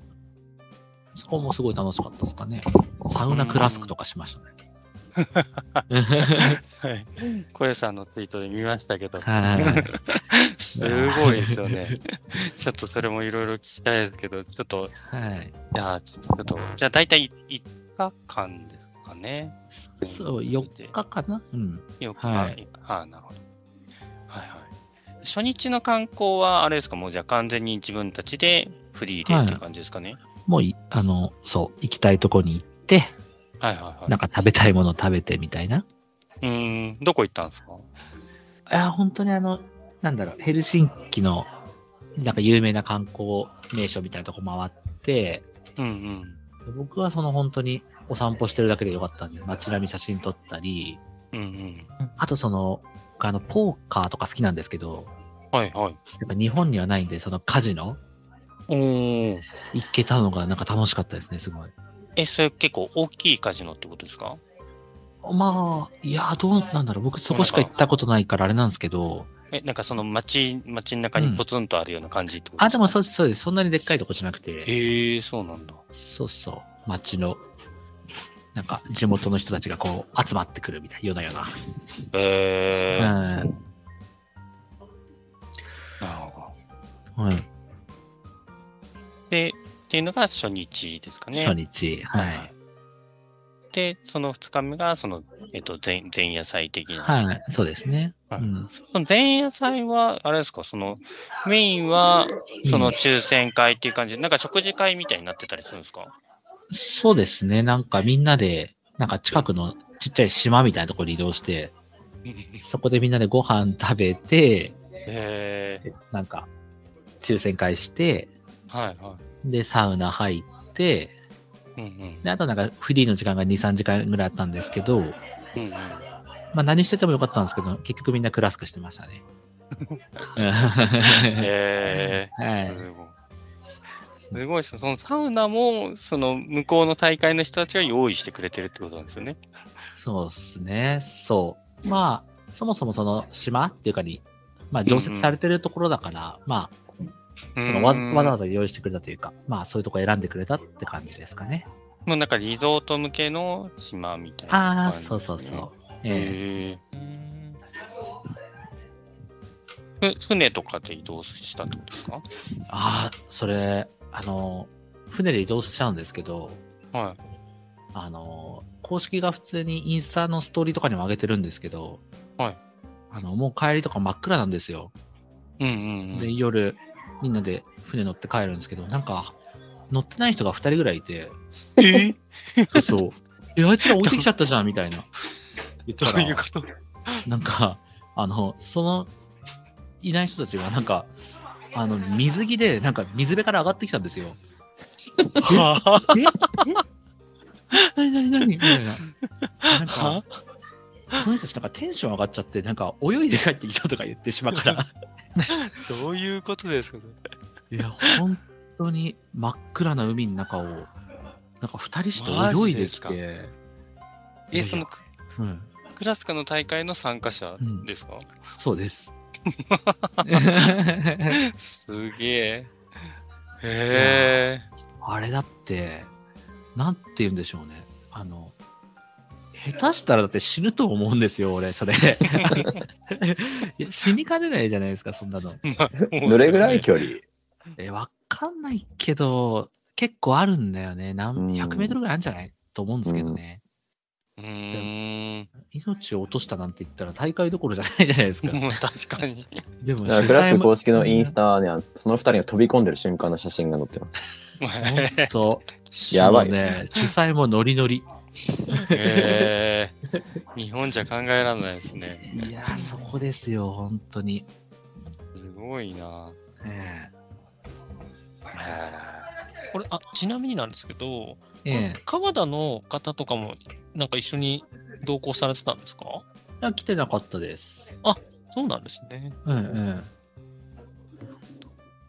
B: そこもすごい楽しかったですかね。サウナクラスクとかしましたね。
C: はい。小屋さんのツイートで見ましたけ ど、
B: はい。
C: すごいですよね。ちょっとそれもいろいろ聞きたいですけど、ちょっと、
B: はい。
C: じゃあ、ちょっと、じゃあ大体5日間ですかね。
B: そう、4日かなうん。
C: 4日。は
B: はいい、
C: ああ、なるほど。はいはい。初日の観光は、あれですか、もうじゃあ完全に自分たちでフリーでっていう感じですかね。
B: もうい、あの、そう、行きたいとこに行って、
C: はいはい
B: な
C: は
B: んか食べたいもの食べてみたいな。
C: い。うーん、どこ行ったんですか
B: いや、本当にあの、なんだろう、ヘルシンキのなんか有名な観光名所みたいなとこ回って、
C: うんうん
B: 僕はその本当にお散歩してるだけでよかったんで、街並み写真撮ったり、
C: うんうん
B: あとその、僕あの、ポーカーとか好きなんですけど、
C: はいは
B: や
C: い
B: っぱ日本にはないんで、そのカジノ
C: おー
B: 行けたのがなんか楽しかったですね、すごい。
C: えそれ結構大きいカジノってことですか
B: まあ、いや、どうなんだろう。僕そこしか行ったことないからあれなんですけど、
C: えなんかその街街の中にポツンとあるような感じってこと
B: あ、
C: す
B: で
C: か
B: もそうです、そうです。そんなにでっかいとこじゃなくて、
C: へえそうなんだ
B: そうそう、街の、なんか地元の人たちがこう集まってくるみたいな、ようなような。
C: へえ
B: う
C: なる
B: ん
C: ほど
B: はい。
C: でっていうのが初日ですかね
B: 初日。はい。
C: で、その2日目が、その、えっと、前前夜祭的な。
B: はい。そうですね。う
C: はい
B: ん。
C: その前夜祭は、あれですか、その、メインは、その抽選会っていう感じで、なんか食事会みたいになってたりするんで すか
B: そうですね。なんかみんなで、なんか近くのちっちゃい島みたいなところに移動して、そこでみんなでご飯食べて、
C: へえ
B: なんか抽選会して、
C: はいは
B: で、サウナ入って、
C: い。うん
B: で、あとなんかフリーの時間が2、3時間ぐらいあったんですけど、
C: うん。 うんうん、
B: まあ何しててもよかったんですけど、結局みんなクラスクしてましたね。
C: へ
B: は
C: え
B: い。
C: すごい。すごいですねそのサウナも、その、向こうの大会の人たちが用意してくれてるってことなんですよね。
B: そうですね。そう。まあ、そもそもその島っていうかに、まあ常設されてるところだから、まあ、そのわわざわ
C: ざ。
B: ざ用意してくれたというか、まあそういうとこ選んでくれたって感じですかね。
C: もうなんかリゾート向けの島みたいな。
B: ああ、そうそうそう。。ええ
C: へえ
A: うん
C: ふ船とかで移動したってことですか
B: ああ、それ、あの、船で移動しちゃうんですけど、
C: は
B: あの、公式が普通にインスタのストーリーとかにも上げてるんですけど、
C: はい。
B: あの、もう帰りとか真っ暗なんですよ。
C: い。うんうん、う
B: で、
C: ん。
B: 夜、みんなで船乗って帰るんですけど、なんか、乗ってない人が2人ぐらいい て、
C: え
B: そうそう。え、あいつら置いてきちゃったじゃん、みたい な。言った
C: ど
B: ら
C: ういうこと
B: なんか、あの、その、いない人たちが、なんか、あの、水着で、なんか、水辺から上がってきたんですよ。
C: は
B: ええ何何何みたいな。なんか、その人たちなんかテンション上がっちゃって、なんか、泳いで帰ってきたとか言ってしまうから。
C: どういうことですか
B: いや、本当に真っ暗な海の中を、なんか二人して泳いでき
C: マ
B: て、
C: ジ
B: いやい
C: え、
B: や
C: その
B: うん、
C: クラスカの大会の参加者ですか、
B: そう です。
C: すげえ。へえ。
B: あれだって、なんて言うんでしょうね。あの、下手したらだって死ぬと思うんですよ、俺、それ。いや死にかねないじゃないですか、そんなの。
D: どれぐらい距離
B: え、わかんないけど、結構あるんだよね。
D: うん
B: 何、100メートルぐらいあるんじゃないと思うんですけどね。
C: うーん。
B: 命を落としたなんて言ったら大会どころじゃないじゃないですか。
C: もう確かに。
B: でも
D: だからクラスク公式のインス
B: タ。
D: タには、その二人が飛び込んでる瞬間の写真が載ってます。
B: 本当
D: やばい
B: もうね。主催もノリノリ。
C: へえ。 日本じゃ考えられないですね。
B: いやー、そこですよ、本当に。
C: すごいな。
B: え
A: これあちなみになんですけど、
B: ええ
A: 川田の方とかもなんか一緒に同行されてたんですか
B: えいや来てなかったです。
A: そうなんですね。
B: うんうん。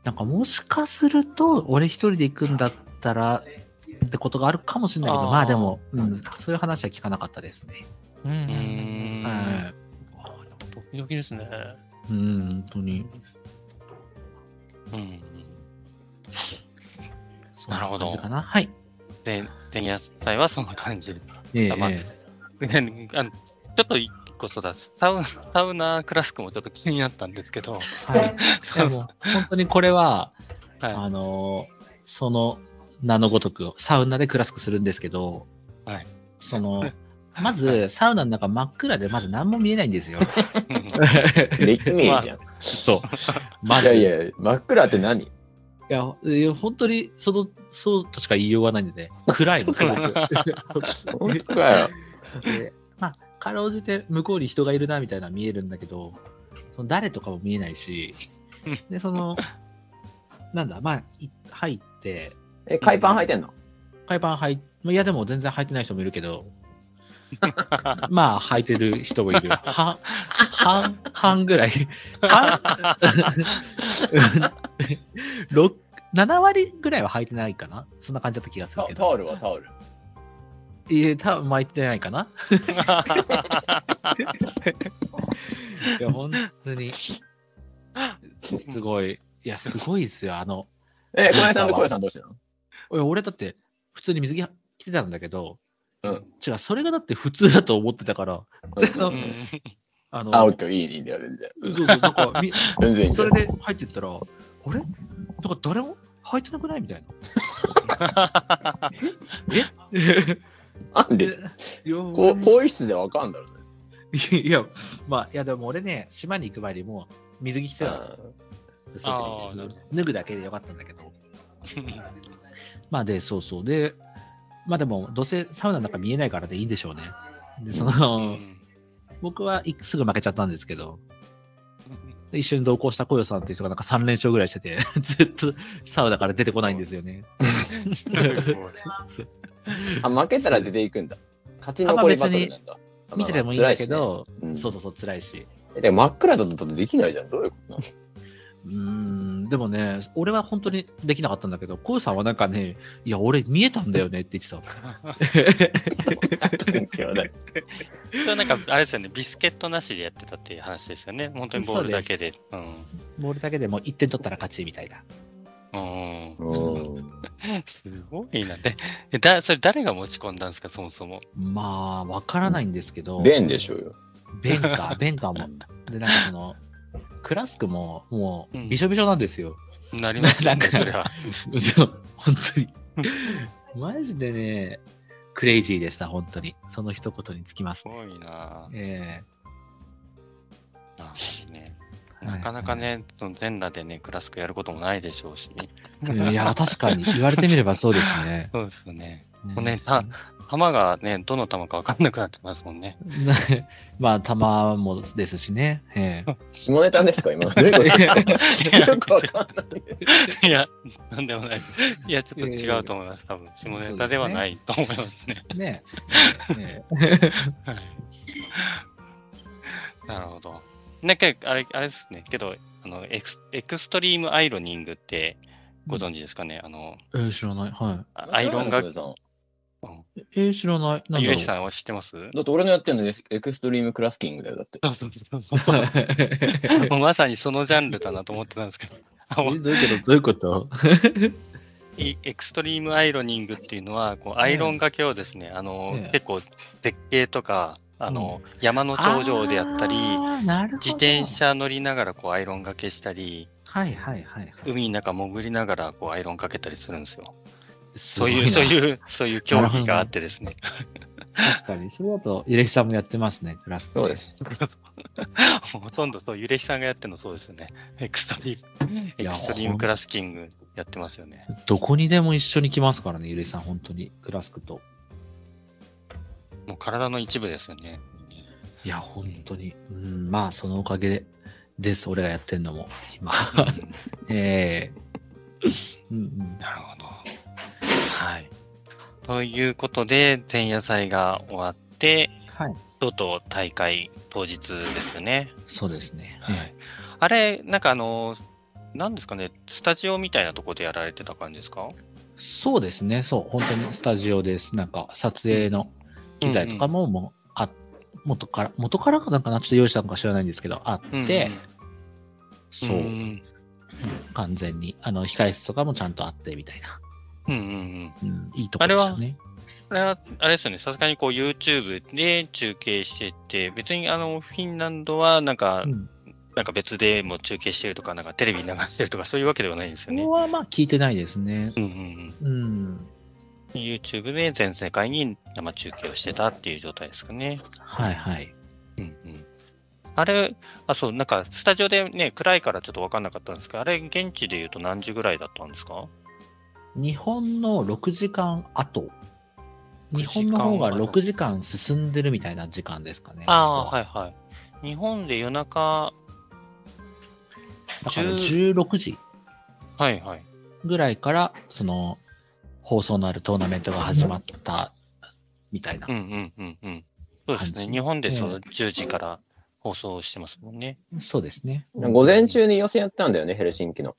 B: なんかもしかすると、俺一人で行くんだったらってことがあるかもしれないけど、
A: あー
B: まあでも、うん、そういう話は聞かなかったですね。
A: う
C: うー
A: ん。
C: ん。
A: あなんかドキドキですね。
B: うん、うん本当に。
C: うん。
B: そんな
C: なるほど
B: 感じかな。はい。
C: で、前夜祭はそんな感じ。
B: ええ
C: あまあ
B: ええ
C: ねあのちょっと一個そうだサウナ、サウナクラスクもちょっと気になったんですけど、
B: はい。
C: そ
B: で
C: う
B: も、本当にこれは、
C: は
B: あのーその名のごとく、サウナでクラスクするんですけど、
C: はい
B: その、まず、サウナの中真っ暗で、まず何も見えないんですよ。
C: いうん
D: リッミーじゃん。
B: そう。ま
D: い
B: ず、
D: や
B: い
D: い
B: やい
D: や、真っ暗って何
B: や、いや本当に、その、そうとしか言いようがないんでね、暗いの、すごく。
D: 本当かよ。
B: でまあ、かろうじて向こうに人がいるなみたいなのは見えるんだけど、その誰とかも見えないし、で、その、なんだ、まあ、い入って、
D: え、海パン履いてんの
B: 海パン履いて、いやでも全然履いてない人もいるけど、 まあ履いてる人もいる。半、半、半ぐらい。半、 六7割ぐらいは履いてないかなそんな感じだった気がする
D: タ
B: けど。
D: オルはタオル。
B: いえ、多分巻いてないかな いや、本当に。すごい。いや、すごいですよ。あの、
D: え、小林さんと小林さんどうしてんの
B: いや俺だって、普通に水着は着てたんだけど、
D: うん
B: 違う、それがだって普通だと思ってたから、
D: うん
C: うん
B: あの、
D: あ、オッケー、いい、いいんだよ、全然。
B: そうそう、なんか、み
D: 全然いいんだ
B: そ
D: よ
B: れ。で入ってったら、あれなんか誰も入ってなくないみたい な。え
D: なんで、
B: いや
D: こう、更衣室でわかんだろ、それ
B: いや、まあ、いや、でも俺ね、島に行く前にもう水着着てたの。そう
C: あ
B: そ
C: ーなる
B: う脱ぐだけでよかったんだけど。まあで、そうそう。で、まあでも、どうせサウナの中見えないからでいいんでしょうね。で、その、僕はいすぐ負けちゃったんですけど、で一緒に同行したコヨさんっていう人がなんか3連勝ぐらいしてて、 ずっとサウナから出てこないんですよね。
D: あ、負けたら出ていくんだ。勝ち残りバトルなんだ。
B: 見ててもいいんだけど、
D: まあまあ辛いしねうん
B: そうそうそう、辛いし。
D: えでも真っ暗だとできないじゃん。どういうことなの
B: うーん、でもね、俺は本当にできなかったんだけど、コヨさんはなんかね、いや、俺見えたんだよねって言ってたの。
C: それはなんか、あれですよね、ビスケットなしでやってたっていう話ですよね。本当にボールだけで。うん
B: ボールだけでも1点取ったら勝ちみたいな。
C: うん
D: うん
C: すごいな。で、えだそれ誰が持ち込んだんですか、そもそも。
B: まあ、わからないんですけど、
D: 弁でしょうよ。
B: ベンか、ベンかも。で、なんかその、クラスクもも
C: うん
B: うびしょびしょなんですよ。
C: なりますよね、
B: なんか
C: それは。
B: そう、本当 に。マジでね、クレイジーでした、本当に。その一言につきます
C: す。ごいな。
B: え
C: なるほどね
B: はい
C: なかなかね、その全裸でね、クラスクやることもないでしょうし。
B: えいや、確かに、言われてみればそうですね。
C: そうですよね。
B: ね
C: ねた球がね、どの球か分かんなくなってますもんね。
B: まあ、球もですしね。ええ
D: 下ネタですか今。どういうことですかよくわかんない。
C: いや、なんでもない。いや、ちょっと違うと思います。多分、下ネタではないと思いますね。
B: ねえ
C: はいなるほど。なんか、あれ、あれですね。けど、あの、エクスエクストリームアイロニングって、ご存知ですかね、あの、
B: ええ知らない。は
C: あアイロンが、
D: 小林さん
B: い。ええ知らない。なんだ
C: ゆ
B: ろ
C: う
B: う
C: きさんは知ってます
D: だって俺のやってるのエクストリームクラスキングだよ。だって。
C: そうそうそうそう。 もうまさにそのジャンルだなと思ってたんですけど。あもう
B: えどういう ことどういうこと
C: いエクストリームアイロニングっていうのは、こうアイロンがけをですね、あの、
B: ええ
C: 結構絶景とか、あの、山の頂上であったり、
B: あーなるほど
C: 自転。車乗りながらこうアイロンがけしたり、
B: はいはいはい。
C: 海の中潜りながらこうアイロンかけたりするんですよ。
B: す
C: そ
B: ご
C: う
B: い
C: いう、
B: な
C: そういう、そういう競技があってですね。
B: 確かに。それだと、ゆれきさんもやってますね、クラス
D: そうで。す。
C: もう ほとんどそう、ゆれひさんがやってるのそうですよね。エクストリーム、
B: い
C: エ
B: や
C: クストリームクラスキングやってますよね。
B: どこにでも一緒に来ますからね、ゆれきさん、本当に。クラスクと。
C: もう体の一部ですよね。
B: いや、本当に。うん、まあ、そのおかげです、俺がやってんのも、今。 ええうんうん。
C: なるほど。はい。ということで、前夜祭が終わって、
B: はい。
C: とうとう大会当日ですね。
B: そうですね。
C: は
B: え
C: い。あれ、なんかあの、なんですかね、スタジオみたいなとこでやられてた感じですか
B: えそうですね。そう、本当にスタジオです。なんか、撮影の機材とかも、もう、あ、元から、元からかなんかな、ちょっと用意したのか知らないんですけど、あって、
C: うん
B: そうう、
C: ん
B: 完全に。あの、控室とかもちゃんとあって、みたいな。
C: うんうんうん。
B: うん、いいとこでしたね。
C: あれは、あれですよね、さすがにこう YouTube で中継してて、別にあの、フィンランドはなんか、
B: うん
C: なんか別でも中継してるとか、なんかテレビ流してるとか、そういうわけではないんです
B: こ
C: よね
B: れ。はまあ聞いてないですね。
C: うんうん
B: うん。
C: うん。YouTube で全世界に生中継をしてたっていう状態ですかね。
B: はいはい。
C: うんうん。あれ、あ、そう、なんかスタジオでね、暗いからちょっと分かんなかったんですけど、あれ、現地で言うと何時ぐらいだったんですか
B: 日本の6時間後。
C: 6
B: 日
C: 時間
B: 本の方が6時間進んでるみたいな時間ですかね。
C: ああ、
B: い。
C: はいはい。日本で夜中
B: だから
C: 10
B: 16時。
C: はいはい。
B: ぐらいから、その、放送のあるトーナメントが始まったみたいな
C: うん。うんうんうん。そうです
B: 感
C: ね。
B: じ
C: 日本でそ
B: え
C: の10時から放送してますもんね。
B: そうですね。
D: 午前中に予選やったんだよね、ヘルシンキの。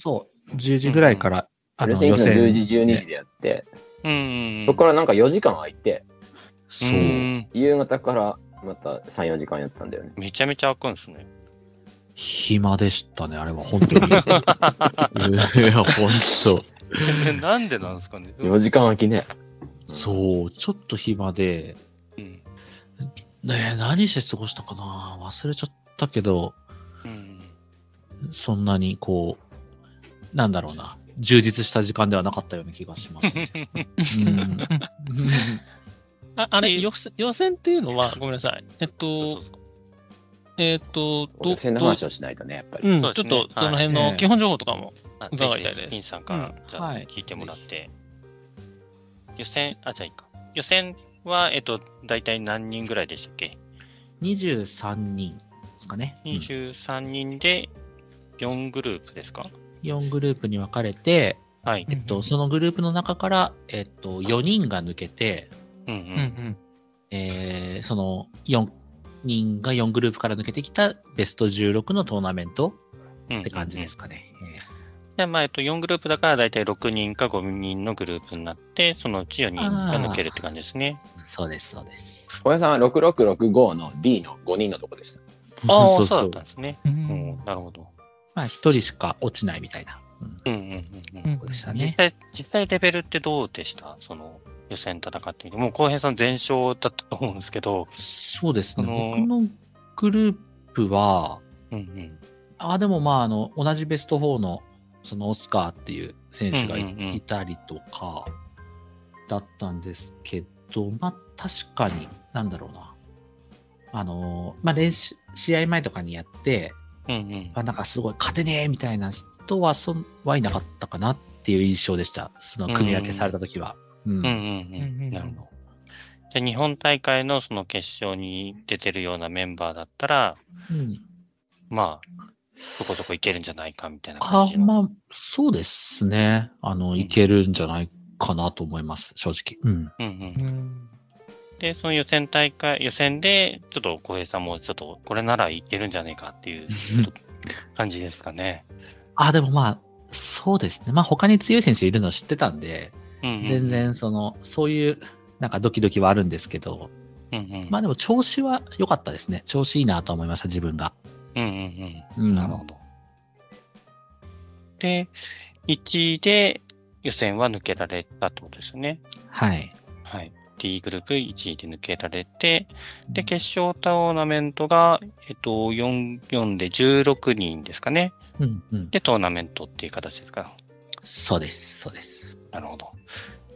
B: そう、10時ぐらいから、
D: ヘ
B: あ
D: ル
B: の
D: シン
B: 予
D: キの
B: 選。
D: 10時、12時でやって、
C: うんうんうん。
D: そこからなんか4時間空いて、
B: そうう。
C: ん
D: 夕方からまた3、4時間やったんだよね。
C: めちゃめちゃ開くんです ね。
B: 暇でしたね、あれは、本当 に。いや、本当。
C: なんでなんですかね。
D: 4時間空きね。
B: そう、ちょっと暇で、
C: うん
B: ねえ何して過ごしたかな忘れちゃったけど、
C: うん
B: そんなにこう、なんだろうな、充実した時間ではなかったような気がします、ね。うん
A: ああれ予選、予選っていうのは、ごめんなさい。えっと、えっと、
D: 予選の話をしないとね、やっぱり。
A: うん、
C: そう
A: ち
C: で
A: ょ
C: す
A: っ
C: ね
A: とその辺
B: は
A: の
B: い
A: 基本情報とかも。
C: あ
A: 伺いたいです
C: ぜひ金さんから、じゃ
B: は
C: あ
B: い
C: 聞いてもらって。予選、あ、じゃあいいか。予選は、えっと、大体何人ぐらいでしたっけ
B: 23人ですかね。うん
C: ?23 人で4グループですか、
B: 4グループに分かれて、
C: はい。
B: えっと、そのグループの中から、えっと、4人が抜けて、
C: うんう。
A: うんんうん
B: えーその4人が4グループから抜けてきたベスト16のトーナメント
C: うん
B: って感じです。かね。えー
C: で、まあ、えっと、4グループだから、大体6人か5人のグループになって、そのうち4人が抜けるって感じですね。
B: そうです、そうです。
D: 小屋さんは6665の D の5人のとこでした。
C: ああ、
B: そ
C: そうう
B: そう
C: だったんですね。
A: う
C: うんん、なるほど。
B: まあ、1人しか落ちないみたいな。うん
C: うんうんうんうん。
A: うん
B: そうでした
C: 実
B: ね。
C: 際、実際レベルってどうでしたその予選戦ってみて。もう浩平さん全勝だったと思うんですけど。
B: そうですね。
C: あのー
B: 僕のグループは、
C: うんうん。
B: あ、でもまあ、あの、同じベスト4の、そのオスカーっていう選手がい,、
C: うんうんうん
B: たりとか、だったんですけど、まあ、確かに、なんだろうな。あのー、まあ、練習、試合前とかにやって、
C: うんうん。
B: あなんかすごい勝てねえみたいな人は、そん、はいなかったかなっていう印象でした。その、組み分けされた時は。うん
C: うんうん
A: うん
C: う。
A: うんん
C: なるほど。で、日本大会のその決勝に出てるようなメンバーだったら、
B: うん
C: まあ、そこそこいけるんじゃないかみたいな感
B: あ
C: じの。
B: まあ、そうですね。あの、いけるんじゃないかなと思います、正直。うん。
C: うんうん
A: う。ん
C: で、その予選大会、予選で、ちょっと浩平さんも、ちょっと、これならいけるんじゃねえかっていう感じですかね。
B: あ、でもまあ、そうですね。まあ、他に強い選手いるの知ってたんで、
C: うんうん
B: 全。然、その、そういう、なんかドキドキはあるんですけど、
C: うんうん。
B: まあでも調子は良かったですね。調子いいなと思いました、自分が。
C: うんうんうん。
B: うん。
C: なるほど。で、1位で予選は抜けられたってことですよね。
B: はい。
C: はい。D グループ1位で抜けられて、で、決勝トーナメントが、えっと、4、4で16人ですかね。
B: うん、うん。
C: で、トーナメントっていう形ですか。
B: そうです、そうです。
C: なるほど。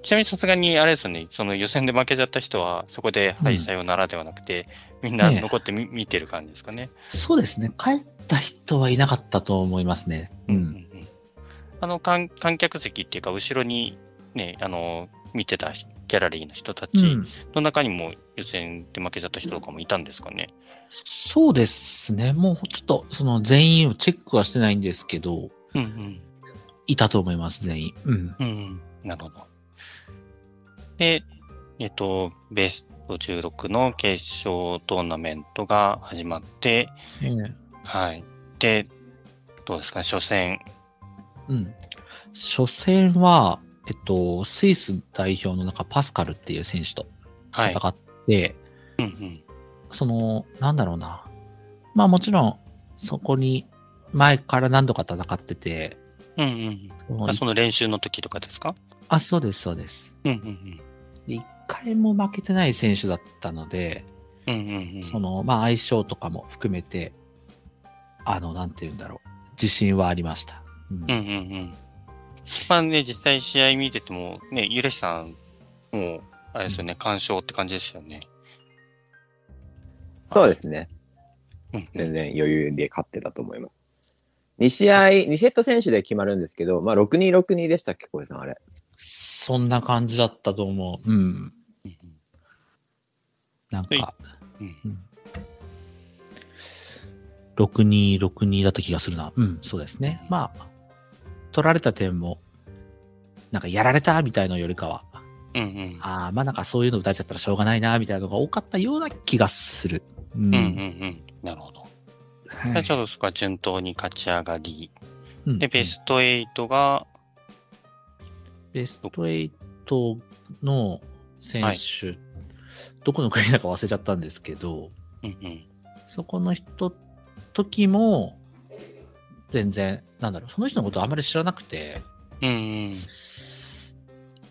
C: ちなみにさすがに、あれですよね、その予選で負けちゃった人は、そこで敗者よならではなくて、みんな
B: ねえ
C: 残ってみ、見てる感じですかね。
B: そうですね。帰った人はいなかったと思いますね。う
C: うんうん
B: ん。
C: うんあの観観客席っていうか、後ろにね、あの、見てたギャラリーの人た
B: う
C: ち
B: ん
C: の中にも予選で負けちゃった人とかもいたんですかね。
B: そうですね。もうちょっと、その全員をチェックはしてないんですけど、
C: うん
B: いたと思います、全員。うん。
C: うん。うん、なるほど。で、えっと、ベスト16の決勝トーナメントが始まって、はい。で、どうですか、初戦。
B: うん。初戦は、えっと、スイス代表の中、パスカルっていう選手と
C: はい。
B: 戦って、
C: うんうん。
B: その、なんだろうな。まあもちろん、そこに前から何度か戦ってて、
C: うんうんうん。あ
B: あ
C: その練習の時とかですか
B: あ、そうです、そうです。
C: うんうん
B: で一回も負けてない選手だったので、
C: うん。うんうんうん。
B: その、まあ、相性とかも含めて、あの、なんて言うんだろう。自信はありました。うん
C: うんうんうん。まあね、実際試合見てても、ね、ゆれしさん、もう、あれですよね、干渉って感じですよね。
D: そうです
C: う
D: ね。
C: んうん
D: 全然余裕で勝ってたと思います。2試合、2セット選手で決まるんですけど、まあ、6-2、6-2でしたっけ、小江さん、あれ。
B: そんな感じだったと思う。うん。なん
C: はい
B: か、
C: うん
B: 6262だった気がするな。うん、そうですね。まあ、取られた点も、なんかやられたみたいのよりかは、
C: うんうん。
B: ああ、まあなんかそういうの打たれちゃったらしょうがないな、みたいなのが多かったような気がする。う。
C: うんうんんうん。なるほど。
B: は
C: で
B: い
C: ちょっとそこは順当に勝ち上がり。
B: うん
C: で、ベスト8が、
B: ベスト8の選手、どこの国だか忘れちゃったんですけど、
C: うんうん。
B: そこの人、時も、全然、なんだろう、その人のことあまり知らなくて、
C: うんうん。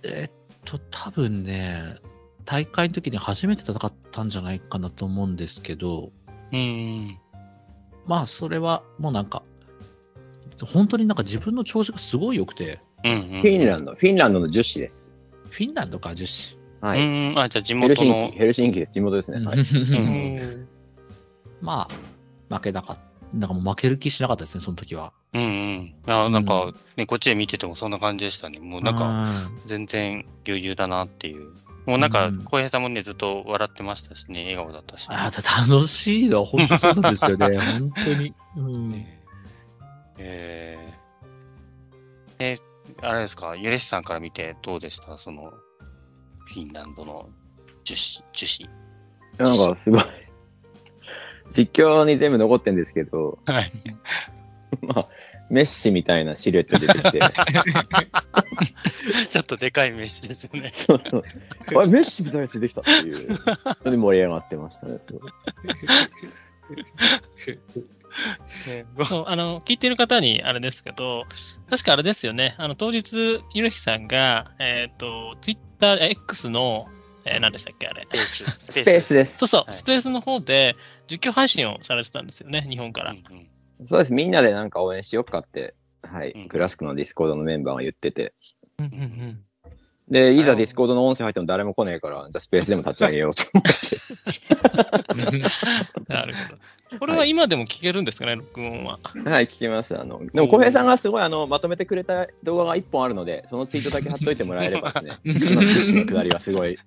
B: えっと、多分ね、大会の時に初めて戦ったんじゃないかなと思うんですけど、
C: うんうん。
B: まあ、それはもうなんか、本当になんか自分の調子がすごい良くて、
C: うんうん。
D: フィンランド、フィンランドの女子です。
B: フィンランドか、女子。
D: は
C: う
D: い。
C: んうん。あ、じゃあ地
D: ヘルシ
C: 元
D: ン
C: の
D: キ、。ヘルシンキです。地元ですね。は い。
C: うん
B: まあ、負けなかった。なんかもう負ける気しなかったですね、その時は。
C: うんうん。あなんか、ね、こっちで見ててもそんな感じでしたね。もうなんか、
B: か、
C: 全然余裕だなっていう。もうなんか
B: うん、
C: 浩平さんもね、ずっと笑ってましたしね、笑顔だったし。
B: あー楽しいのは本当そうなんですよね、本当に。うん、
C: ねえーえあれですか、ユレシさんから見てどうでしたその、フィンランドの樹脂、樹脂。
D: なんかすごい。 実況に全部残ってんですけど、
C: はい。
D: まあ、メッシみたいなシルエット出てきて、
C: ちょっとでかい飯ですよね。
D: そうそうあれメッシみたいなやつ出てきたっていうので盛り上がってましたね、すごい。
A: そうあの聞いてる方にあれですけど、確かあれですよね、あの当日、ゆるひさんが、えっ、と、ツイッター X の、えー何でしたっけ、あれ。
D: ス
C: ス
D: ペース
C: で。
D: です。
A: そうそう、
C: はい
A: スペースの方で実況配信をされてたんですよね、日本から。
C: うんうん
D: そうです。みんなでなんか応援しよっかって、は
C: う
D: い
C: ん。
D: クラスクのディスコードのメンバーが言ってて。
A: うんうんうん
D: で、いざディスコードの音声入っても誰も来ねえから、じゃあスペースでも立ち上げよ うと思って。
A: なるほど。これは今でも聞けるんですかね、録音は。
D: はい、聞きます。あの、でも、浩平さんがすごい、あの、まとめてくれた動画が1本あるので、そのツイートだけ貼っといてもらえれば ですね、今の必死のくだりはすごい。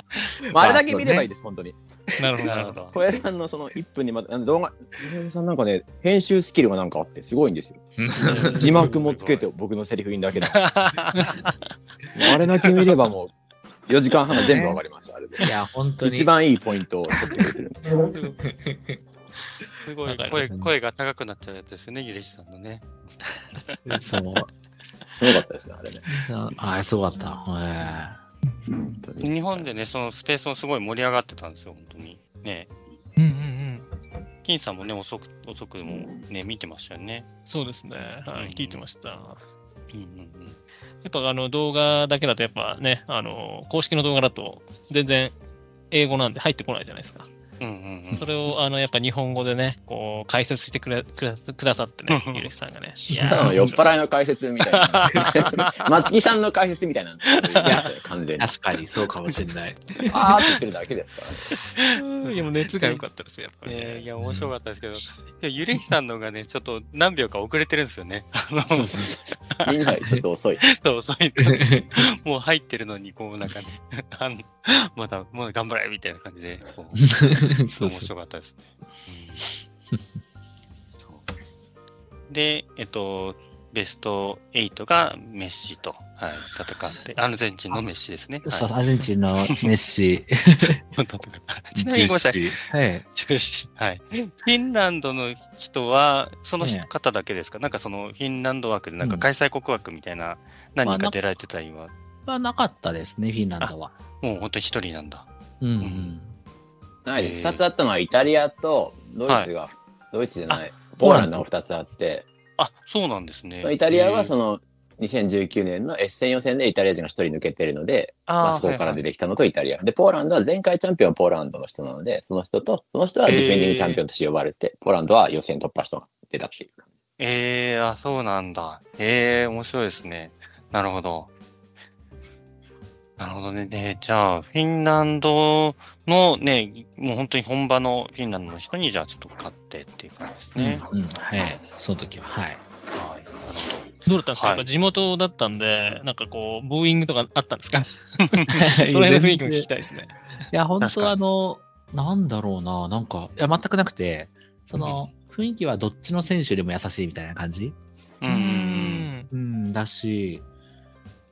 D: まあ、あれだけ見ればいいです、本当に。
A: なるほど、
C: な
A: な
C: る
A: るほ
C: ほ
A: ど。
C: ど。
D: 浩平さんのその1分にまと、あの動画、浩平さんなんかね、編集スキルがなんかあって、すごいんですよ。字幕もつけて、僕のセリフ言うんだけだ。もう あれだけ見ればもう、4時間半が全部わかります、あれで。
B: いや、本当に。
D: 一番いいポイントを取ってくれてるんですよ。
C: すごい
A: わかり
C: 声、
B: ますね
C: 声が高くなっちゃうやつですよね、ゆレシさんのね。
B: そう。
D: すごかったですね、あれね。
B: あれ、すごかった。
D: 本当に
C: 日本でね、そのスペースもすごい盛り上がってたんですよ、本当に。ね
A: うんうんうん。
C: 金さんもね、遅く、遅くもね、見てましたよね。
A: そうですね、
C: うん
A: は
C: うん
A: い、聞いてました。や
C: うんうん
A: っぱあの動画だけだと、やっぱね、あの公式の動画だと、全然英語なんで入ってこないじゃないですか。
C: うん。うんうんうん。、
A: それをあのやっぱ日本語でね、こう解説してくれくれくださってねゆるしさんがね。い
D: ただの
A: ー
D: 酔っ払いの解説みたいな。松木さんの解説みたいなの言ってましたよ。完全に。
B: 確かに、そうかもしれない。
D: あーって言ってるだけですからね。
A: うんいやもう熱が良かったですよ、やっぱりね、
C: えー、いや、面白かったですけど、いやゆれひさんの方がね、ちょっと何秒か遅れてるんですよね。あの
D: そうそうそう。みんなよりちょっと遅い。
C: そう遅い。もう入ってるのに、こう、なんかね、 あのまだ、まだ頑張れみたいな感じで、こう、
B: そう
C: 面
B: そう。
C: 白かったですね。うんそうで、えっと、ベスト8がメッシと、はい、戦って、アルゼンチンのメッシですね。
B: そう、
C: は
B: アルゼンチンのメッシ、
C: い、 戦ってちなみ
B: ジュ
C: にごめんなさい。
B: ーシー。はい。
C: 中止はい。フィンランドの人は、その
B: ええ
C: 方だけですか、なんかそのフィンランド枠で、なん
B: う
C: か
B: ん
C: 開催国枠みたいな、
B: ま
C: 何
B: あなん
C: 人か
B: か
C: 出られてたりは、
B: はなかったですね、フィンランドは。
C: もう本当に一人なんだ。
B: うんうんん。
D: ないで2つあったのはイタリアとドイツが、ドイツじゃない、ポーランドが2つあって、
C: あそうなんですね。
D: イタリアはそ
C: の、
D: の2019年のエッセン予選でイタリア人が1人抜けてるので、まあ、そこから出
C: る。
D: てきたのとイタリア。で、ポーランドは前回チャンピオンはポーランドの人なので、その人と、その人はディフェンディングチャンピオンとして呼ばれて、ポーランドは予選突破した人が出たっていう。
C: ええあ、そうなんだ。ええ面白いですね。なるほど。なるほどね。で、じゃあ、フィンランドのね、もう本当に本場のフィンランドの人に、じゃあちょっと勝ってっていう感じですね。
B: うん、うんはい。その時は、はい。
C: はい。なるほど。
A: どうだったんですか、
C: はい
A: やっぱ地元だったんで、なんかこう、ブーイングとかあったんですかその辺の雰囲気も聞きたいですね。
B: いや、本
C: 確かに
B: 当あの、なんだろうな、なんか、いや、全くなくて、その、雰囲気はどっちの選手よりも優しいみたいな感じ。
C: うんうんうん。うん
B: うん、だし、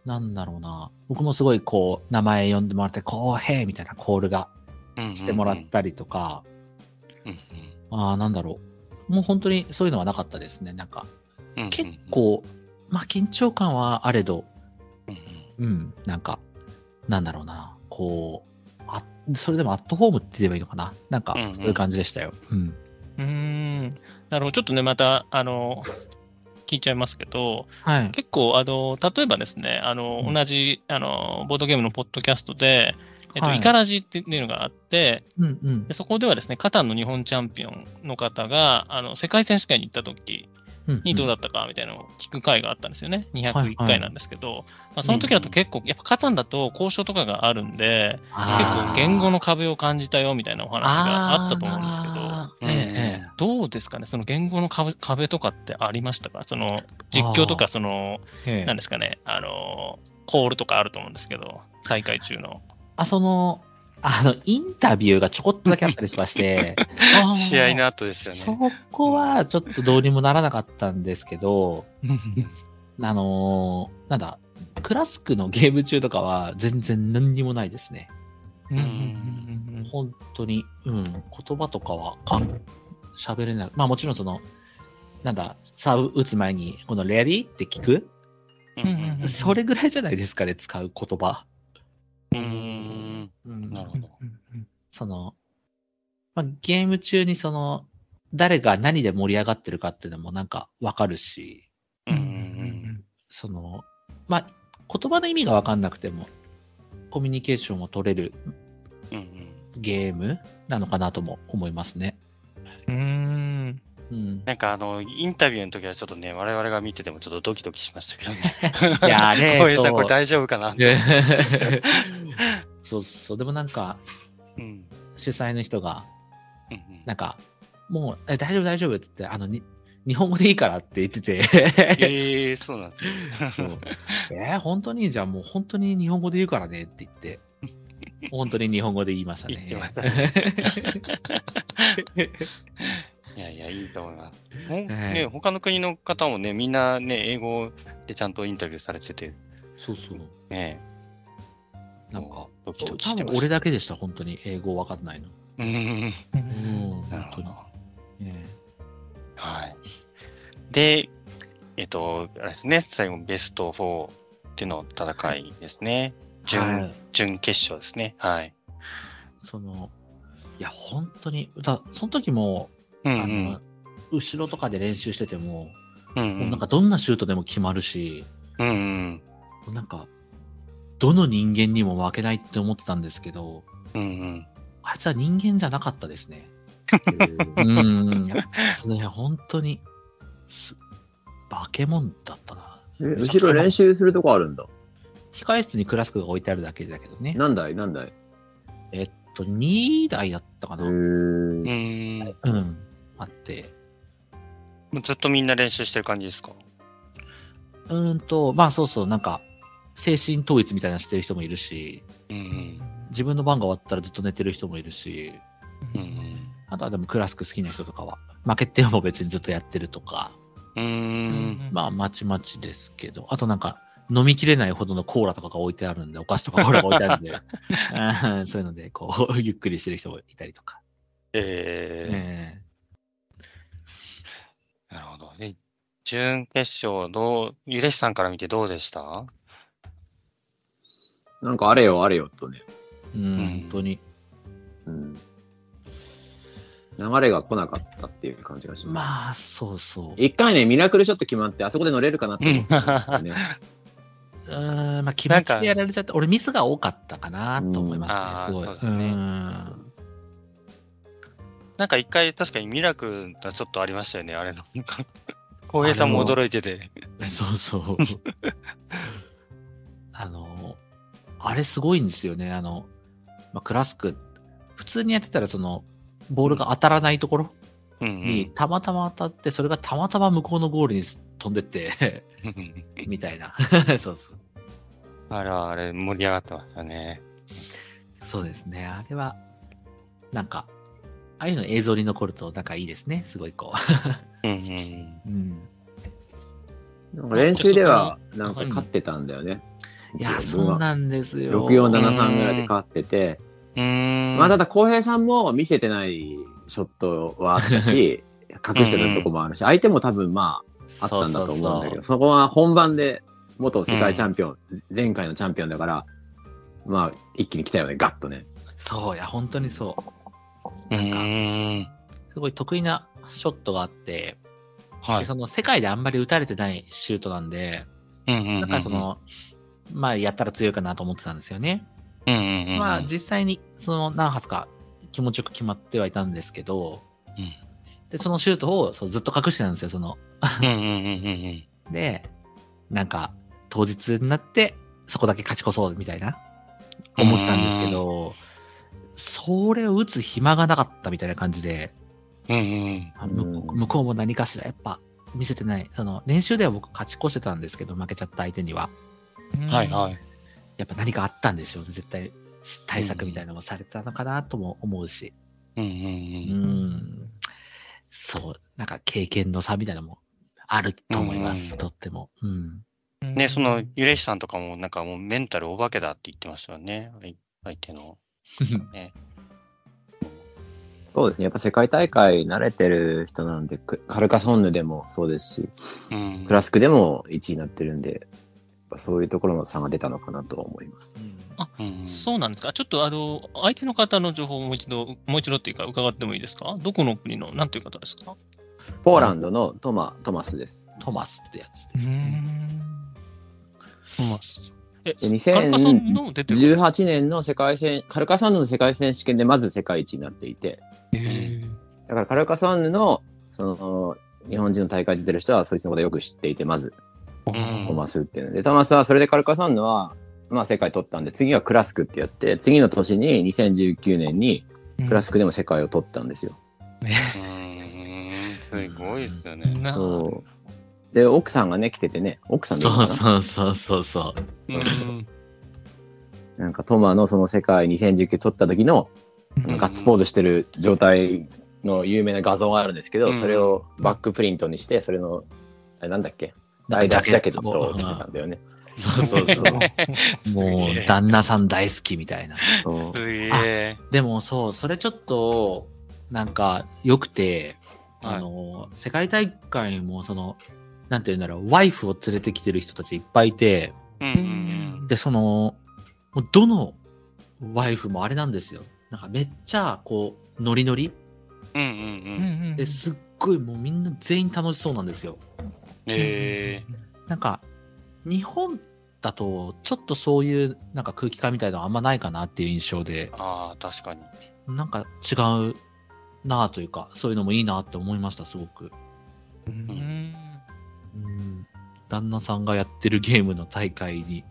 B: なんだろうな、僕もすごいこう、名前呼んでもらって、こうへいみたいなコールが
C: うん
B: してもらったりとか、
C: うん
B: ああ、なんだろう、もう本当にそういうのはなかったですね、なんか、
C: うんうん
B: 結構、まあ緊張感はあれど、
C: うん
B: うん、なんか、なんだろうな、こう、あそれでもアットホームって言えばいいのかな、なんか
C: うんうん
B: そういう感じでしたよ。うん、
A: うーん。なるほど。ちょっとね、また、あの、聞いちゃいますけど、
B: はい。
A: 結構、あの、例えばですね、あの、
B: うん
A: 同じ、あの、ボードゲームのポッドキャストで、えっと、
B: はい
A: イカラジっていうのがあって、
B: うんうん
A: でそこではですね、カタンの日本チャンピオンの方が、あの、世界選手権に行った時
B: うん。
A: にどうだ
B: だ
A: ったかみたいなのを聞く回があったんですよね。
B: はいはい
A: 201回なんですけど、まあ、その時だと結構、やっぱカタンだと交渉とかがあるんで、
C: あ
A: 結
C: ー
A: 構言語の壁を感じたよみたいなお話があったと思うんですけど、
C: うん
B: ええええ
A: どうですかね、その言語の壁壁とかってありましたかその実況とか、その、
B: え
A: 何ですかね、あの、コールとかあると思うんですけど、大会中の。
B: あ、その、あの、インタビューがちょこっとだけあったりしま して、
A: あー
C: 試合の後ですよ
B: そ
C: ね。
B: こはちょっとどうにもならなかったんですけど、あのーなんだ、クラスクのゲーム中とかは全然何にもないですね。
A: うんうんうん
B: 本当に、うん、言葉とかはかん喋れない。まあもちろんその、なんだ、サーブ打つ前に、このレディって聞く、
A: んうんうん
B: それぐらいじゃないですかね、使う言葉。
C: うんうん
B: うん
C: なるほ
A: う
C: ど
A: んうんうん
B: その、まあ、ゲーム中にその、誰が何で盛り上がってるかっていうのもなんかわかるし、
C: うんうん
B: その、まあ、言葉の意味がわかんなくても、コミュニケーションを取れる
C: うんうん
B: ゲームなのかなとも思いますね。
A: うーん
B: うん。
C: なんかあのインタビューの時はちょっとね我々が見ててもちょっとドキドキしましたけどね。
B: いやー ね
C: 浩平さ
B: そ
C: ん
B: う
C: これ大丈夫かな。
B: そうそう、でもなんか、
C: うん
B: 主催の人が、
C: うんう
B: なんんか、もう、え大丈夫、大丈夫って言って、あの、に日本語でいいからって言ってて、
C: ええそうなんです
B: そ
C: ね。
B: う えー本当にじゃあもう本当に日本語で言うからねって言 って、本当に日本語で言いましたね。
C: 言ってま いやいやいいと思います。ほん
B: ええ
C: ね他の国の方もねみんなね英語でちゃんとインタビューされてて
B: そうそう。
C: ね
B: なんか、
C: ドキドキ
B: 多
C: して
B: 分
C: ました。
B: 俺だけでした、本当に英語わかんないの。
C: うんうんうん
A: う。
B: うんん、
C: な
B: 本
C: るほ
B: 当
C: ど
B: に。。え
C: はい。で、えっと、あれですね、最後、ベスト4での戦いですね。
B: え
C: 準
B: はい
C: 準決勝ですね。はい。
B: その、いや、本当に、だその時も、
C: うんう
B: あ
C: ん
B: の、後ろとかで練習してても、
C: うんう
B: もうなん
C: ん。
B: かどんなシュートでも決まるし、
C: うんうん。
B: なんか、どの人間にも負けないって思ってたんですけど、
C: うんうん。
B: あいつは人間じゃなかったですね。うん、いやそれ本当に、す化け物だったな。
D: え後ろ練習するとこあるんだ。
B: 控室にクラスクが置いてあるだけだけどね。
D: 何台何台へ
B: えっと、2台だったかな。
C: う
D: ー
C: んも
B: うん、あって。
C: うずっとみんな練習してる感じですか
B: うーんと、まあそうそう、なんか、精神統一みたいなのしてる人もいるし、
C: うんうん。
B: 自分の番が終わったらずっと寝てる人もいるし、
C: うんうん
B: あとはでもクラスク好きな人とかは、負けても別にずっとやってるとか、
C: うんうん。
B: まあまちまちですけど、あとなんか、飲みきれないほどのコーラとかが置いてあるんで、お菓子とかコーラが置いて あるんで、うんそういうので、こう、ゆ っくりしてる人もいたりとか。
C: ええ
B: え
C: なるほど。で準決勝、どう、ゆれしさんから見てどうでした
D: なんかあれよあれよとね。
B: えうん、本当に。
D: うん。流れが来なかったっていう感じがします。
B: まあ、そうそう。
D: 一回ね、ミラクルショット決まって、あそこで乗れるかなって思ったんですよね。
B: うーんまあ、気持ちでやられちゃって、俺ミスが多かったかなと思いますね、
C: うん
B: すごい。
C: あーそうですね
B: うん
C: なんか一回確かにミラクルがちょっとありましたよね、あれの。浩平さんも驚いてて。
B: そう そう。あの、あれすごいんですよね。あの、まあ、クラスク、普通にやってたら、その、ボールが当たらないところ
C: うん
B: にたまたま当たって、それがたまたま向こうのゴールに飛ん でって、
C: うん。
B: みたいな。 そうそう。
C: あれはあれ、盛り上がってましたね。
B: そうですね。あれは、なんか、ああいうの映像に残ると、なんかいいですね。すごいこ
C: うん
B: う。うん。
E: でも 練習では、なんか勝ってたんだよね。
B: いや、そうなんですよ。
E: 6473ぐらいで勝ってて、
C: うーん。
E: まあ、ただ、浩平さんも見せてないショットはあった し、隠してたとこもあるし、相手も多分まあ、あったんだと思うんだけど、そこは本番で元世界チャンピオン、前回のチャンピオンだから、まあ、一気に来たよね、ガッとね。
B: そうそうそう。そういや、本当にそう。
C: うーん。
B: すごい得意なショットがあって、
C: は
B: で
C: い。
B: その世界であんまり打たれてないシュートなんで、
C: うんうんうんうん
B: だからそ、の、まあやったら強いかなと思ってたんですよね。
C: うんうんうんうん
B: まあ実際にその何発か気持ちよく決まってはいたんですけど、
C: うん
B: で、そのシュートをそうずっと隠してたんですよ、その。
C: うんうんうんうん
B: で、なんか当日になってそこだけ勝ち越そうみたいな
C: うん
B: 思ってたんですけ。ど、それを打つ暇がなかったみたいな感じで、
C: うんうん
B: あ向こ
E: う
B: う向こうも何かしらやっぱ見せてないその練習では僕勝ち越してたんですけど負けちゃった相手には
C: うん。はいはいい。
B: やっぱ何かあったんでしょうね絶対対策みたいなのもされたのかなとも思うし
C: うんう
B: うん
C: うん。
B: んそうなんか経験の差みたいなのもあると思います、
C: うん
B: とってもうん
C: ね、その、ゆれしさんとかも、なんかもうメンタルお化けだって言ってましたよね。相相手の。ね。
E: そうです
D: やっぱ世界大会慣れてる人なんで、くカルカソンヌでもそうですし、
C: うん
D: ク。ラスクでも1位になってるんで、やっぱそういうところの差が出たのかなとは思います。
C: うんうん
A: そうなんですか。ちょっとあの、相手の方の情報をもう一度、もう一度っていうか伺ってもいいですかどこの国の、なんという方ですか
D: ポーランドのトマ、トマスです。
B: トマスってやつ
A: うー
B: です、
A: ん。まあ、え、
D: で
A: カルカさんのも出てる
D: 18年の世界選、カルカソンヌの世界選手権でまず世界一になっていて、
A: へー
D: だからカルカソンヌの、その、日本人の大会に出てる人はそいつのことよく知っていて、まず
C: うん
D: トマスっていうので、トマスはそれでカルカソンヌは、まあ世界取ったんで、次はクラスクってやって、次の年に2019年にクラスクでも世界を取ったんですよ。
C: うーんすごいですよ
A: う
C: ね
A: ん。な
D: そう。で、奥さんがね、来ててね、奥さんでいいのか
B: そう
D: な
B: そうそうそうそう
C: うん
D: なんかトマのその世界2019撮った時の、
A: うん
D: ガッツポーズしてる状態の有名な画像があるんですけど、
C: うん
D: それをバックプリントにして、それの、あれなんだっけライダースジャケットを着てたんだよね。
B: そうそう そうもう旦那さん大好きみたいな
D: そう
C: すげえ。
B: でもそう、それちょっと、なんか、良くて、
C: はい
B: あの、世界大会も、その、なんて言うんだろう、ワイフを連れてきてる人たちいっぱいいて、
C: うんうん
B: で、その、もうどのワイフもあれなんですよ。なんかめっちゃ、こう、ノリノリ
C: うん。うんうん
A: う
C: うん。
A: うんん
B: で、すっごいもうみんな全員楽しそうなんですよ。
C: え
B: なんか、日本だと、ちょっとそういう、なんか空気感みたいなのあんまないかなっていう印象で、
C: ああ、確かに。
B: なんか違うなあというか、そういうのもいいなって思いました、すごく。
A: うん
B: うん旦那さんがやってるゲームの大会に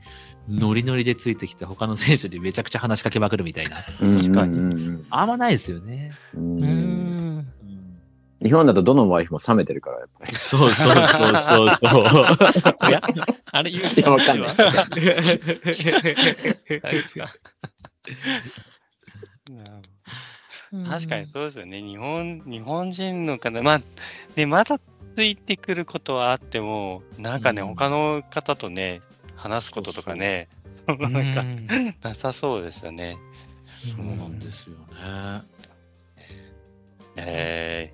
B: ノリノリでついてきて他の選手にめちゃくちゃ話しかけまくるみたいな。
D: 確
A: かに
D: に。
B: あんまないですよね。
D: うん
A: うん
D: 日本だとどのワイフも冷めてるから、やっぱり。
B: そうそうそうそう
A: おやあれ、ゆうきさんは
D: いやわかんな
B: そう。
A: 大丈夫ですか
C: 確かにそうですよね。日本、日本人の方、まあ、で、まだついてくることはあっても、なんかね、
B: うん
C: 他の方とね、話すこととかね、
A: うん
C: なんか、なさそうですよね。
B: そうなんですよね。
C: え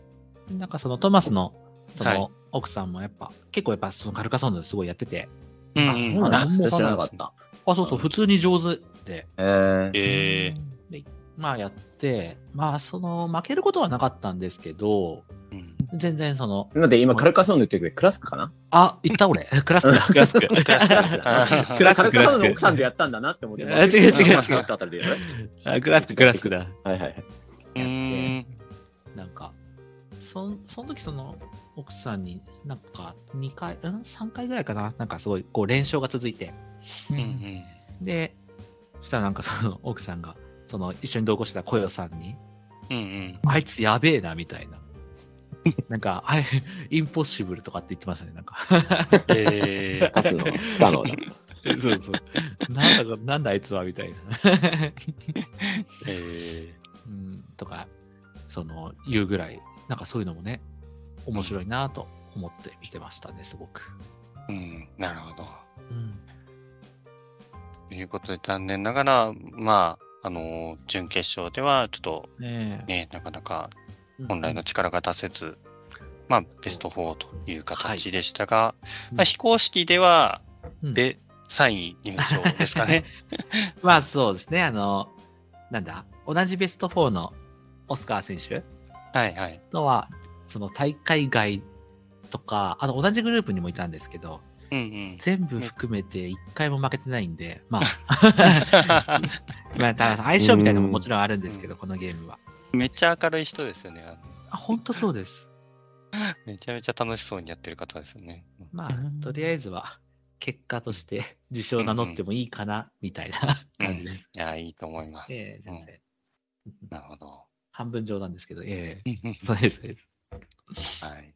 B: なんかそのトマスのそ
C: はい
B: の奥さんもやっぱ、結構やっぱそのカルカソンヌすごいやってて、
C: え
B: あそうなんだ
D: それ知らなかった。
B: あ、そうそう、普通に上手で、
D: えー、
C: え
B: まあやって、まあその負けることはなかったんですけど、
C: ーうん
B: 全然その、
D: なんで今、カルカソンヌ言ってるけど、クラスクかな
B: あ、行った俺。クラスクだ。クラスク。
C: クラスクだ
B: クラス
D: カ
B: クク
D: ルカ
B: ラ
D: ソ
B: ス
D: ン
B: ク
D: ヌの奥さんとやったんだなって思って。
B: あ違う違う違う
D: あったあたりで。
B: あクラスク、クラスクだ。
D: はいはいはい。
C: うーん。
B: なんか、そんその時その奥さんに、なんか2回、うん、3回ぐらいかな。なんかすごい、こう連勝が続いて。
C: うんうん
B: で、そしたらなんかその奥さんが、その一緒に同行してた小代さんに、
C: うんうん。
B: あいつやべえな、みたいな。なんか、あいインポッシブルとかって言ってましたね。なんか、
C: えー
D: 勝つのは不可能だ。
B: そうそう。 なんだか、なんだあいつは、みたいな。
C: え
B: うん、とか、その、言うぐらい、なんかそういうのもね、面白いなと思って見てましたね、すごく。
C: ーうん、なるほど。
B: うん
C: ということで、残念ながら、まあ、あのー準決勝では、ちょっと
B: ねえ
C: ね、なかなか本来の力が出せず、まあ、ベスト4という形でしたが、
B: い
C: まあ、非公式では、
B: うん
C: で、3位入賞ですかね。
B: まあそうですね、あの、なんだ、同じベスト4のオスカー選手
C: はいはい。
B: と は、その大会外とか、あと同じグループにもいたんですけど、
C: うんう ん。
B: 全部含めて一回も負けてないんで、 まあ、
C: 笑
B: まあ、だから相性みたいなのももちろんあるんですけど、このゲームは。
C: めっちゃ明るい人ですよね。あの
B: あ本当そうです。
C: めちゃめちゃ楽しそうにやってる方ですよね。
B: ま
A: うん
B: あ、とりあえずは、結果として自称を名乗ってもいいかな、みたいな
C: うん
B: 感じです。
C: いや、いいと思います。
B: ええ全然。
C: なるほど。
B: 半分冗談ですけど、ええそうです、そうです。
C: はい。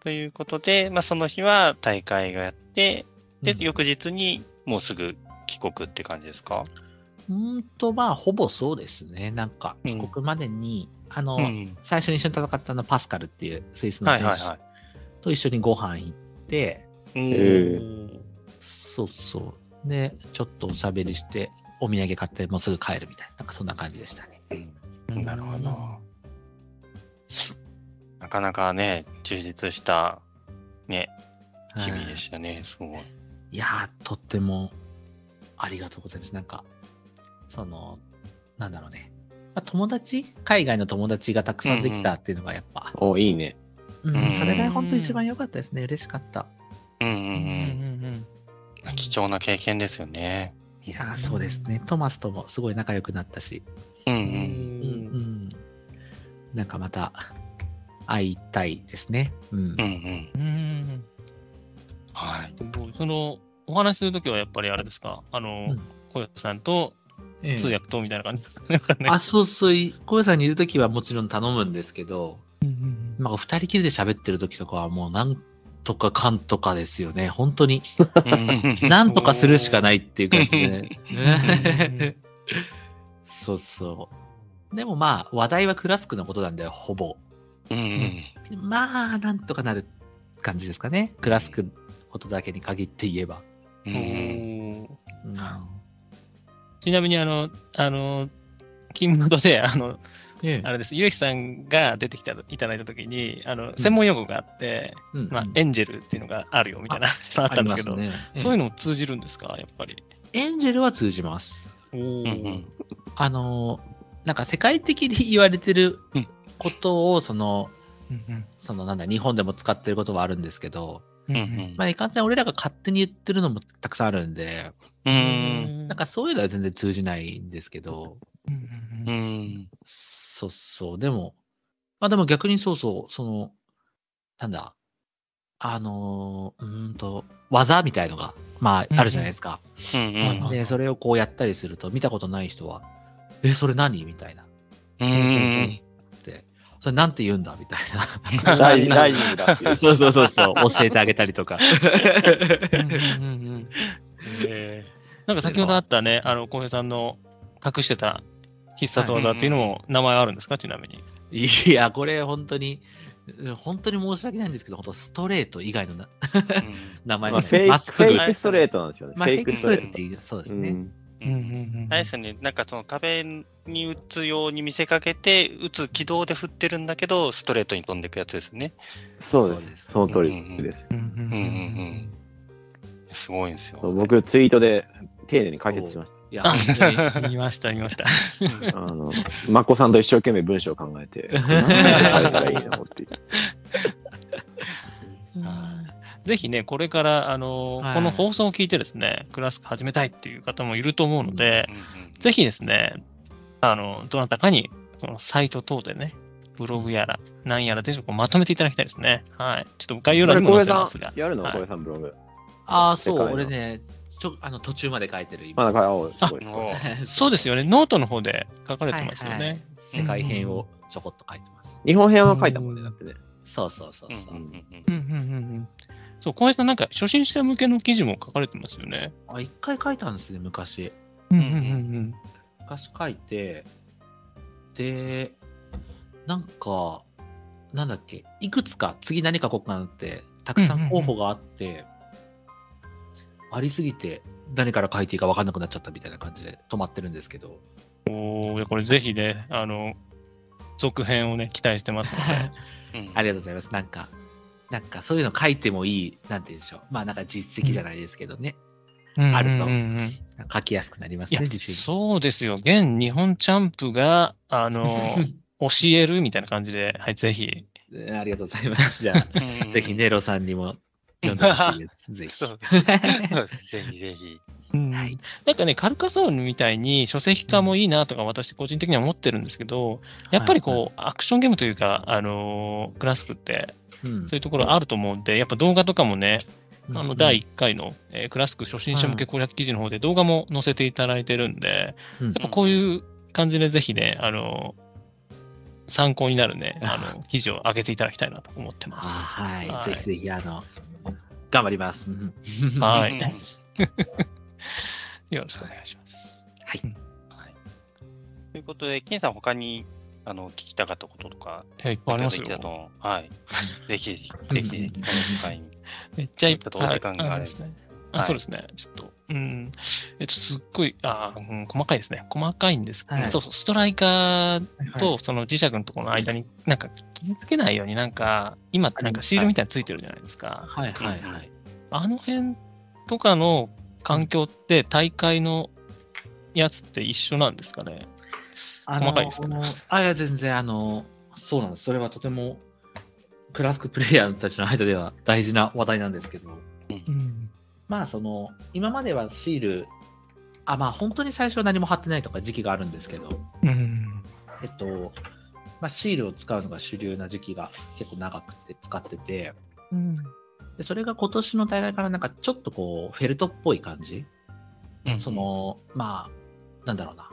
C: ということで、まあ、その日は大会がやって、で
B: う、ん
C: 翌日にもうすぐ帰国って感じですか
B: うーんと、まあ、ほぼそうですね。なんか、帰国までに、あの、
C: うん。
B: 最初に一緒に戦ったあのパスカルっていうスイスの
C: はい
B: 選
C: はい
B: 手
C: は
B: と一緒にご飯行って、
C: い。
D: え
C: うん
B: そうそう。で、ちょっとおしゃべりして、お土産買って、もうすぐ帰るみたいな、なんかそんな感じでしたね。
C: うんなるほど。なかなかね、充実した日々で
B: はい
C: したね、すごい。
B: いやー、とってもありがとうございます。なんか、その、なんだろうね。まあ友達海外の友達がたくさんできたっていうのがやっぱ、
E: お、いいね。
B: うん
C: うん
B: それが本当一番良かったですね。嬉しかった。
C: うんうん
A: うん
C: うん
A: うん
C: まあ。貴重な経験ですよね。
B: いやー、そうですね。トマスともすごい仲良くなったし、
C: うんう
A: うん
B: う
C: ん。
B: んうん、なんかまた会いたいですね。うん
C: うんうん。
A: うんうん
C: はい。
A: うんそのお話しするときはやっぱりあれですかあの、
B: うん
A: 小籔さんと
B: ええ
A: 通訳とみたいな感じ、なんかね
B: あ、そうそう、い小屋さんにいるときはもちろん頼むんですけど、なんか二人きりで喋ってるときとかはもうなんとかかんとかですよね。本 当に。なんとかするしかないっていう感じでね。 そうそう。でもまあ、話題はクラスクのことなんで、ほぼ。
C: うんうん。
B: まあ、なんとかなる感じですかね。クラスクのことだけに限って言えば。
A: お
C: うんうん
A: ー
B: うん
A: ちなみにあの、あの、金本で、あの、
B: ええ
A: あれです、ゆうきさんが出てきたいただいたときに、あの、専門用語があって、
B: うん
A: まあ、エンジェルっていうのがあるよみたいな、あったんですけど、
B: ありますねええ
A: そういうのも通じるんですか、やっぱり。
B: エンジェルは通じます。
C: うんうん
B: あのーなんか世界的に言われてる
C: うん
B: ことを、その、
A: うん
B: そのなんだ、日本でも使ってることはあるんですけど、
A: うん
C: うん
B: まあ、いかんせん俺らが勝手に言ってるのもたくさんあるんで、
C: うん
B: なんか、そういうのは全然通じないんですけど、
A: うん
C: う
A: うん
C: ん
B: そうそう、でも、まあでも逆にそうそう、その、なんだ、あのーうーんと、技みたいのが、まあ、あるじゃないですか。
C: うん
A: うんうん
B: で、それをこうやったりすると、見たことない人は、え、それ何みたいな。
C: うん
B: って、それなんて言うんだみたい
E: 大事、大事だってい
B: な。
E: う。
B: そうそうそうそう、 教えてあげたりとか。
C: え
A: なんか先ほどあったね、あの、浩平さんの隠してた必殺技っていうのも名前あるんですか、ちなみに。
B: いや、これ本当に、本当に申し訳ないんですけど、本当ストレート以外のな
C: ー
B: 名前
E: まあ
B: み
E: フ
B: た
E: ェ
B: いな
E: イ
B: ま
E: ク、
B: っす
E: フ
B: ぐ。
E: ェイクストレートなんですよね。
B: まあ、フェイクストレートって
E: う
B: いう、そうです
E: う
B: ね。
E: ん。
A: うん
C: あれですよね、なんかその壁に打つように見せかけて、打つ軌道で振ってるんだけど、ストレートに飛んでいくやつですね。
E: そうで
B: そうです
E: す。その通りです。
A: うんうん
C: うんうんすごいんですよ。
E: 僕、ツイートで丁寧に解説しまし
B: いや、
A: あ
B: 本当に。
A: 見ました、見ました。
E: た。あの、まこさんと一生懸命文章を考え て、あれたらいいなっていう。
A: ぜひね、これから、あの、
B: はい
A: この放送を聞いてですね、クラス始めたいっていう方もいると思うので、ぜひですね、あの、どなたかに、そのサイト等でね、ブログやら、なんやらでしょう、こうまとめていただきたいですね。はい。ちょっと概要
E: こ
A: 欄
E: れ、
A: にも
E: 小
A: 載
E: 江
A: せま
E: さ
A: すが
E: ん、。やるの
A: はい
E: 小江さんブログ。
B: ああ、そ
E: 世界
B: う、
E: の
B: 俺ね、ちょ、あの、途中まで書いてる、今。
E: まだかおすごい。
C: お ー
A: そうですよね、ノートの方で書かれ
B: は
A: て
B: い
A: ますよね。
B: はい世界編をちょこっと書いてます。
E: 日本編は書いたもんね、だってね。
B: そうそうそう
C: うんう
B: そ
C: ん
B: う。
C: うん
A: うんうんうんうん。そう、小林さん、なんか初心者向けの記事も書かれてますよね。
B: あ、一回書いたんですね、昔。
A: うん
C: ん
A: うんうん
B: 昔書いて、で、なんか、なんだっけ、いくつか次何書こうかなって、たくさん候補があって、ありすぎて、誰から書いていいか分かんなくなっちゃったみたいな感じで止まってるんですけど。
A: おーいやこれぜひね、あの、続編をね、期待してますので。
C: うん
B: ありがとうございます。なんか、なんかそういうの書いてもいい、なんて言うんでしょう。まあなんか実績じゃないですけどね。あると
A: うんうんうんうん
B: なんか書きやすくなります
A: い
B: ね、
A: や、
B: 自信。
A: そうですよ。現日本チャンプが、あ の、教えるみたいな感じで、はい、ぜひ。
B: えーありがとうございます。じゃあ、
C: うん
B: ぜひネロさんにも読んでほしい です。ぜひ
C: そ。うそうですぜひぜひ。
B: はい
A: なんかね、カルカソーヌみたいに書籍化もいいなとか、私個人的には思ってるんですけど、やっぱり
B: はい
A: こう、アクションゲームというか、あのクラスクって、
B: うん
A: そういうところあると思うんで、やっぱ動画とかもね、あ
B: う
A: の
B: ん
A: 第1回の、えークラスク初心者向け攻略記事の方で動画も載せていただいてるんで、
B: うん
A: やっぱこういう感じでぜひね、あの、参考になるね、あの、記事を上げていただきたいなと思ってます。
B: はい、
A: はい
B: ぜひぜひ、あの、頑張ります。うん
A: は
C: う
A: い。
C: ん
A: よろしくお願いします。
C: はいということで、金さん、他にあの聞きたかったこととか、
A: いや、いっぱいあります
C: なんかできたと
A: よ。
C: 思うはい。ぜひぜひ、
B: うん
C: ぜひぜひ、この機会に。
A: めっちゃいっぱい
C: ちょっとお時間があれば
A: るんですね。あ
C: はい
A: そうですね。ちょっと、うん。えっと、すっごい、あーうん、細かいですね。細かいんです、
B: はい
A: そうそう、ストライカーとその磁石のところの間に、なんか切りつけないように、なんか、今ってなんかシールみたいについてるじゃないですか。
B: はいはいはい。
A: あの辺とかの環境って大会のやつって一緒なんですかね。
B: あ
A: 細かいですか
B: あ、いや、全然、あの、そうなんです。それはとても、クラスクプレイヤーたちの間では大事な話題なんですけど、
A: うん。
B: まあ、その、今まではシール、あ、まあ、本当に最初は何も貼ってないとか時期があるんですけど、
A: うん。
B: えっと、まあ、シールを使うのが主流な時期が結構長くて使ってて、
A: うん。
B: でそれが今年の大会からなんかちょっとこうフェルトっぽい感じ、
C: うん
B: そのまあなんだろうな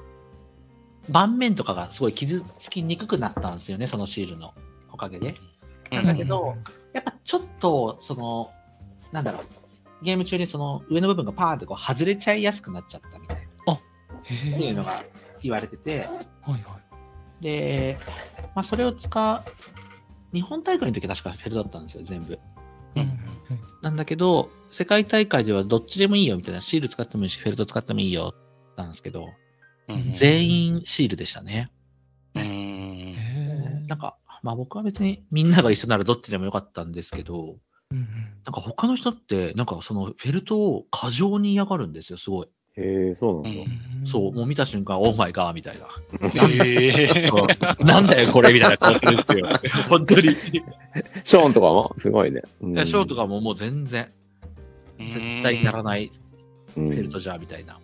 B: 盤面とかがすごい傷つきにくくなったんですよねそのシールのおかげでなんだけど、やっぱちょっとそのなんだろうゲーム中にその上の部分がパーンってこう外れちゃいやすくなっちゃったみたいな
A: へ
B: っていう
A: え。
B: のが言われてて
A: はいは
B: で、まあ、それを使う日本大会の時は確かフェルトだったんですよ全部
A: い。
C: うん
B: なんだけど、世界大会ではどっちでもいいよみたいな、シール使ってもいいし、フェルト使ってもいいよ、なんですけど、
C: うん
B: 全員シールでしたね。
C: うん
A: へえ。
B: なんか、まあ僕は別にみんなが一緒ならどっちでもよかったんですけど、
A: うんうん
B: なんか他の人って、なんかそのフェルトを過剰に嫌がるんですよ、すごい。
D: へえ、そうなんだ。
A: うん
B: そう、もう見た瞬間、オーマイガーみたいな。
C: へー
B: なんだよ、これみたいな感じですよ。本当に。い
D: ショーンとかもすごいね。うん
B: やショーとかももう全然、絶対やらない
D: うん
B: フェルトじゃ、みたいな。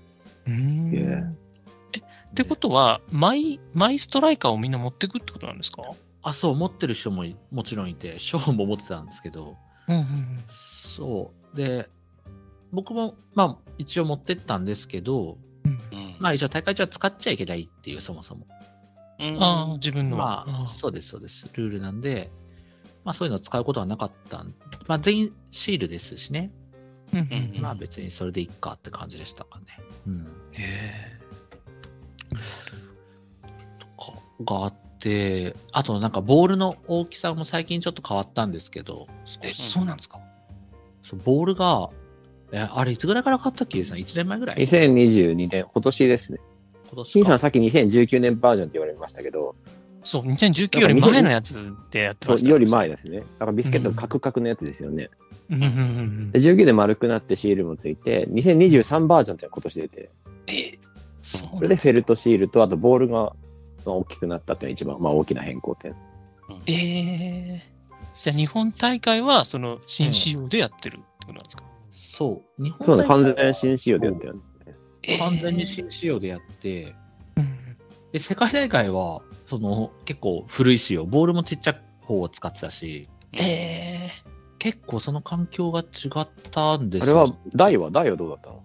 A: うん。
D: いや
A: ってことは、マイ、マイストライカーをみんな持ってくってことなんですか
B: あ、そう、持ってる人もいもちろんいて、ショーも持ってたんですけど、
A: うんうん
B: そう。で、僕も、まあ、一応持ってったんですけど、
C: うん
B: まあ、一応大会中は使っちゃいけないっていう、そもそも。
C: うん
A: ああ、自分のは。
B: まあ、そうです、そうです。ルールなんで、まあ、そういうのを使うことはなかったんまあ、全員シールですしね。
A: うんうん
C: うん
B: まあ、別にそれでいいかって感じでしたかね。うん。
A: へ
B: とかがあって、あと、なんか、ボールの大きさも最近ちょっと変わったんですけど、
A: え。え、そうなんですか
B: そうボールが、え、あれ、いつぐらいから買ったっけゆうさん ?1 年前ぐらい今
D: 2022年、今年ですね。
B: 年
D: 金
B: か
D: さんさっき2019年バージョンって言われましたけど、
A: そう、2019より前のやつでやって
D: そ
A: ました
D: うより前ですね。だからビスケットカクカクのやつですよね。
A: うんうんうんう
D: で
A: ん。
D: 19で丸くなってシールもついて、2023バージョンっていうのが今年出て、
A: え、そう
D: それでフェルトシールと、あとボールがまあ大きくなったっていうのが一番まあ大きな変更点。
A: えー、じゃあ日本大会はその新仕様でやってるってことなんですか、
B: そう。日本
D: そうだ、
B: 大会
D: 完全新仕様でやったよね。
B: 完全に新仕様でやって、
A: うん
B: で世界大会はその結構古い仕様、ボールもちっちゃい方を使ってたし、
A: え
B: 結構その環境が違ったんで
D: あ
B: す
D: れ
B: よ
D: は、台は、台はどうだったの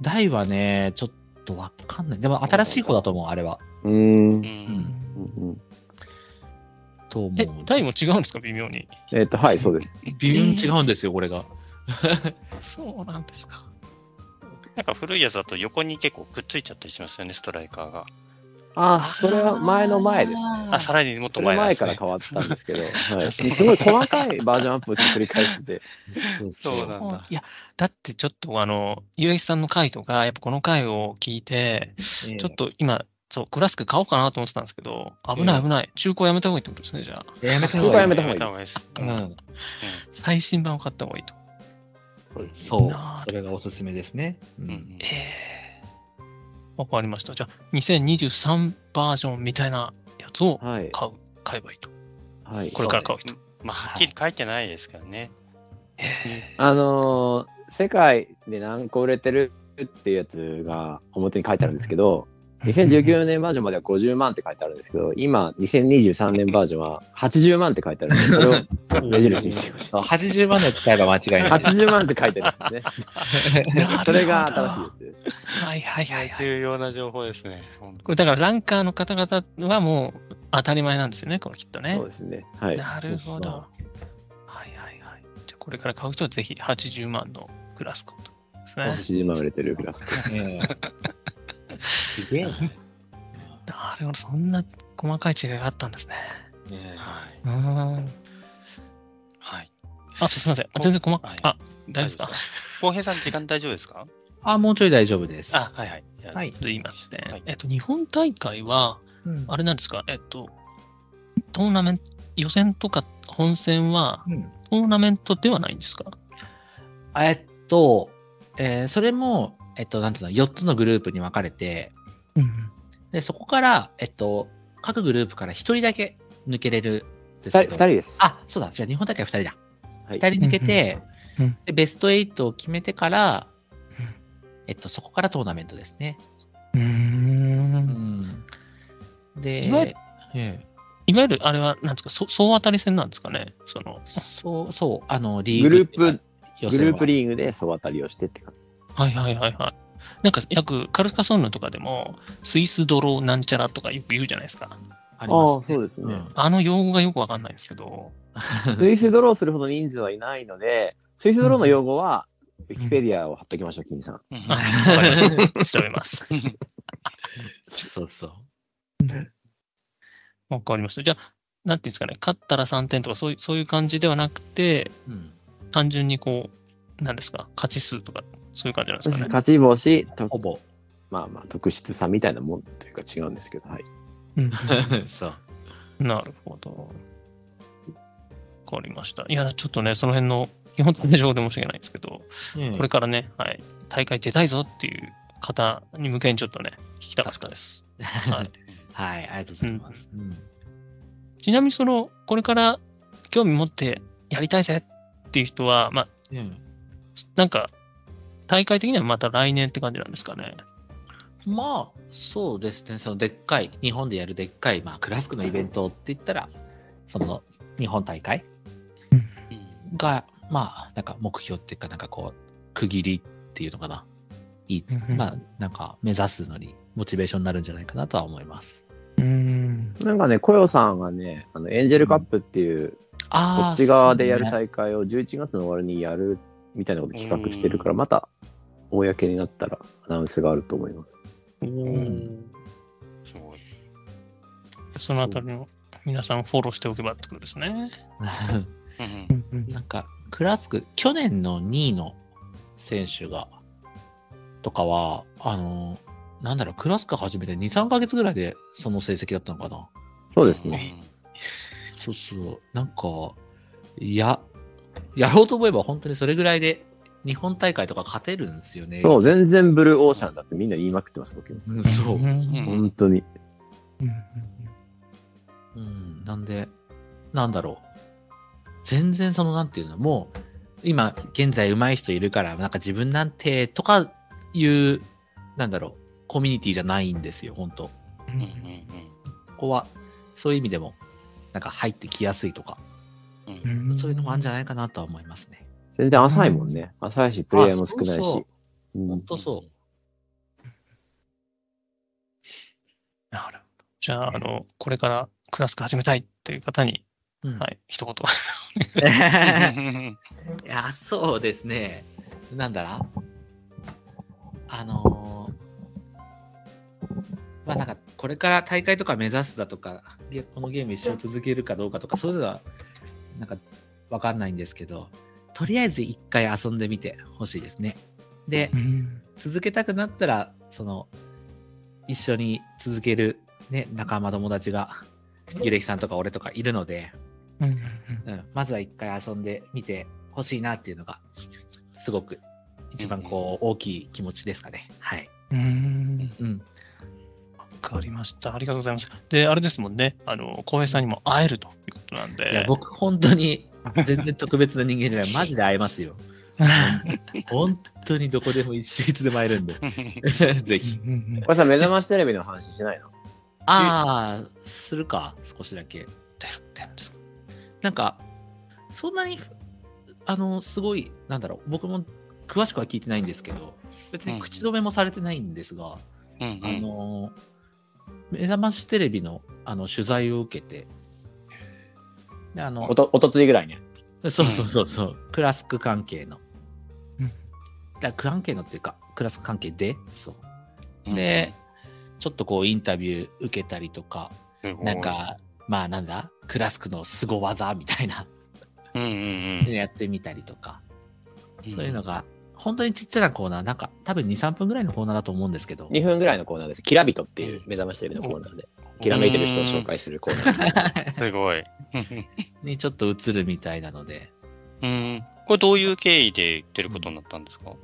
B: 台はね、ちょっとわかんない。でも新しい方だと思う、あれは。
D: うーん
C: う。
A: ーうんん
D: うん
B: と思
A: え
B: う。、
A: 台も違うんですか微妙に。
D: えっと、はい、そうです。
B: 微妙に違うんですよ、これが。
A: そうなんですか。
C: なんか古いやつだと横に結構くっついちゃったりしますよね、ストライカーが。
D: あ、それは前の前ですね。
C: あ、さらにもっ
D: そ
C: と
D: れ
C: 前なんで
D: 前
C: す、
D: か
C: ね、
D: ら変わったんですけ ど、はい、すごい細かいバージョンアップを繰り返してて。
C: そうなんだ。
A: いや、だってちょっとあの、ゆうえきさんの回とか、やっぱこの回を聞いて、
F: ち
A: ちょっと今、そう、クラスク買おうかなと思ってたんですけど、危ない危ない。中古やめた方がいいってことですね、じゃあ。
F: やめた
D: そ
F: 方
D: こは
F: がい
D: や
F: い。
D: めた方がい
C: やめ
D: いで
C: た方がいいです。
A: う
C: うん
A: ん。最新版を買った方がいいと。
D: す。
B: そう
A: なる。
B: それがおすすめですね。うん
C: うん
A: えー。わかりました。じゃあ、2023バージョンみたいなやつを
D: はい。
A: 買う、買えばいいと。
D: はい。
A: これから買うと。
C: まあ、はっきり書いてないですからね。
D: あのー世界で何個売れてるっていうやつが表に書いてあるんですけど、2019年バージョンまでは50万って書いてあるんですけど、今、2023年バージョンは80万って書いてあるんで、それを目印にしてました。
F: 80万の使えば間違いない。
D: 80万って書いてあるんです
A: なるほ
D: ね。
A: ど
D: それが新しいやつです。
A: はいはいはいはい。
C: 重要な情報ですね。本当
A: これだからランカーの方々はもう当たり前なんですよね、これきっとね
D: そう。ですね。はい。
A: なるほど。
D: そうそう
A: はいはいはい。じゃあこれから買う人はぜひ80万のクラスコとですね。
D: 80万売れてるグラス。
F: うんすげえな。
A: なるほど、そんな細かい違いがあったんですね。
C: ねはい。
A: うーん。
C: はい。
A: あ、すいません。あ全然細か
C: はい
A: い。あ、大丈夫ですか
C: 浩平さん、時間大丈夫ですか
B: あ、もうちょい大丈夫です。
C: あ、はいはい。じゃあ
B: はい
A: すいません。
C: はい
A: えっと、日本大会は、
B: うん
A: あれなんですか、えっと、トーナメント、予選とか本戦は
B: うん
A: トーナメントではないんですか
B: えっと、えーそれも、えっと、なんつうの、4つのグループに分かれて、
A: うん。
B: で、そこから、えっと、各グループから1人だけ抜けれるんです
D: 2
B: け
D: 人
B: ど。
D: 二人です。
B: あ、そうだ、じゃあ日本大会2人だ。
D: はい
B: 2人抜けて、
A: うんうん
B: でベスト8を決めてから、えっと、そこからトーナメントですね。
A: うーん。
B: で、
A: いわゆる
B: ええ
A: いわゆるあれは、なんですか、そ総当たり戦なんですかねその、
B: そう、そう、あの、リー
D: グ
B: グ。
D: ループ、
B: 予
D: グ
B: 選は
D: ループリーグで総当たりをしてって感じ。
A: はいはいはいはい。なんか、よくカルカソンヌとかでも、スイスドローなんちゃらとかよく言うじゃないですか。
B: あります、ね。
D: うです
B: うん
A: あの用語がよくわかんないんですけど。
D: スイスドローするほど人数はいないので、スイスドローの用語は、ウィキペディアを貼っておきましょう、金さん。
C: うん
A: あわかりました 調べます。
B: そうそう。
A: わかりました。じゃあ、なんていうんですかね、勝ったら3点とかそういう、そういう感じではなくて、
B: うん。
A: 単純にこう、なんですか、勝ち数とか、そういう感じなんですかね。
D: 勝ち星、と
B: ほぼ。
D: まあまあ、特質さみたいなもんというか違うんですけど、はい。
A: うん
B: そう。
A: なるほど。わかりました。いや、ちょっとね、その辺の基本的な情報で申し訳ないんですけど、これからね、はい、大会出たいぞっていう方に向けにちょっとね、聞きたかったです。はい、
B: はい、ありがとうございます。うん
A: ちなみに、その、これから興味持ってやりたいぜっていう人は、まあ、
B: うん
A: なんか、大会的にはまた来年って感じなんですかね。
B: まあ、そうですね、そのでっかい、日本でやるでっかい、まあ、クラスクのイベントって言ったら、その日本大会が、まあ、なんか目標っていうか、なんかこう、区切りっていうのかな。いいまあ、なんか目指すのに、モチベーションになるんじゃないかなとは思います。
A: うん。
D: なんかね、コヨさんがね、あのエンジェルカップっていう、こ
B: ああ、
D: っち側でや
B: そ
D: る
B: うね
D: 大会を11月の終わりにやるみたいなこと企画してるか
C: う
D: ら、
C: ん
D: また、公になったらアナウンスがあると思います。
A: おー
C: すごい。
A: そのあたりの皆さんをフォローしておけばってことですね。
C: うん
B: なん か、クラスク、去年の2位の選手が、とかは、あの、なんだろう、クラスク始めて2、3ヶ月ぐらいでその成績だったのかな。
D: そうですね。。
B: そうそう。なんか、いや、やろうと思えば本当にそれぐらいで日本大会とか勝てるんですよね。
D: そう、全然ブルーオーシャンだってみんな言いまくってます、僕。
B: うん。そう。
A: ん
C: うん
D: 本当に。
B: うん。なんで、なんだろう。全然その、なんていうの、もう、今、現在上手い人いるから、なんか自分なんて、とかいう、なんだろう、コミュニティじゃないんですよ、本当こ
A: うん
C: うんうん
B: こは、そういう意味でも、なんか入ってきやすいとか、
C: うん
A: う
C: うん
A: ん
B: そういうのもあるんじゃないかなとは思いますね。
D: 全然浅いもんね。浅いし、プレイヤーも少な
B: あそう
D: いし
B: そ。
D: う
B: う本
D: ん
B: 当そう。
A: なるほど。じゃあ、あの、これからクラスク始めたいっていう方に、
B: うん
A: はい、 一言。
B: いや、そうですね。なんだらあのーまあなんか、これから大会とか目指すだとか、いやこのゲーム一生続けるかどうかとか、そういうのは、なんか、わかんないんですけど、とりあえず一回遊んでみてほしいですね。で、続けたくなったら、その、一緒に続ける、ね、仲間友達が、ゆれきさんとか俺とかいるので、うん、まずは一回遊んでみてほしいなっていうのが、すごく一番こう、大きい気持ちですかね。はい。
A: うん
B: うん。
A: わかりました。ありがとうございます。で、あれですもんね、あの、浩平さんにも会えるということなんで。
B: いや、僕、本当に、全然特別な人間じゃ ない。マジで会えますよ。本当にどこでも一緒いつでも会え るんで。ぜひ。
A: うんうんうん
E: これさ、目覚ましテレビの話しないの
B: ああ、するか、少しだけ。
A: 出る出るんですか
B: なんか、そんなに、あの、すごい、なんだろう、僕も詳しくは聞いてないんですけど、別に口止めもされてないんですが、
C: うんう
B: あ
C: ん
B: の目覚ましテレビのあの取材を受けて、であの
E: おと、おとついぐらいね。
B: そうそうそうそう、クラスク関係の。
A: うん
B: だから関係のっていうか、クラスク関係で、そう。
C: うん
B: で、ちょっとこうインタビュー受けたりとか、
C: すごい
B: なんか、まあなんだ、クラスクの凄技みたいな、
C: うんうんうん
B: やってみたりとか、そういうのが、本当にちっちゃなコーナー、なんか多分2、3分ぐらいのコーナーだと思うんですけど、
D: 2分ぐらいのコーナーです。キラビトっていう目覚ましテレビのコーナーで、きらめいてる人を紹介するコーナー。
C: すごい。
B: にちょっと映るみたいなので、
C: うん、これどういう経緯で言ってることになったんですか、
B: い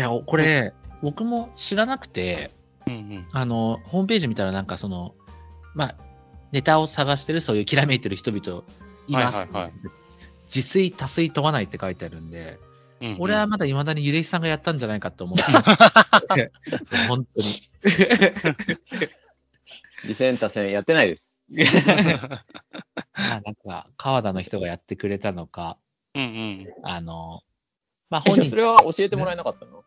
B: や、これ、僕も知らなくて、
C: うんうん、
B: あの、ホームページ見たらなんかその、まあ、ネタを探してる、そういうきらめいてる人々います、
C: はいはいはい
B: 自炊、多炊問わないって書いてあるんで、
C: うんうん
B: 俺はまだいまだにゆれきさんがやったんじゃないかって思って、そう本当に。
E: 次戦他戦やってないです。
B: まあなんか、川田の人がやってくれたのか、
C: うんうん。
B: あの、まあ
D: え
B: 本
D: じゃあそ
B: 人、
D: れは教えてもらえなかったの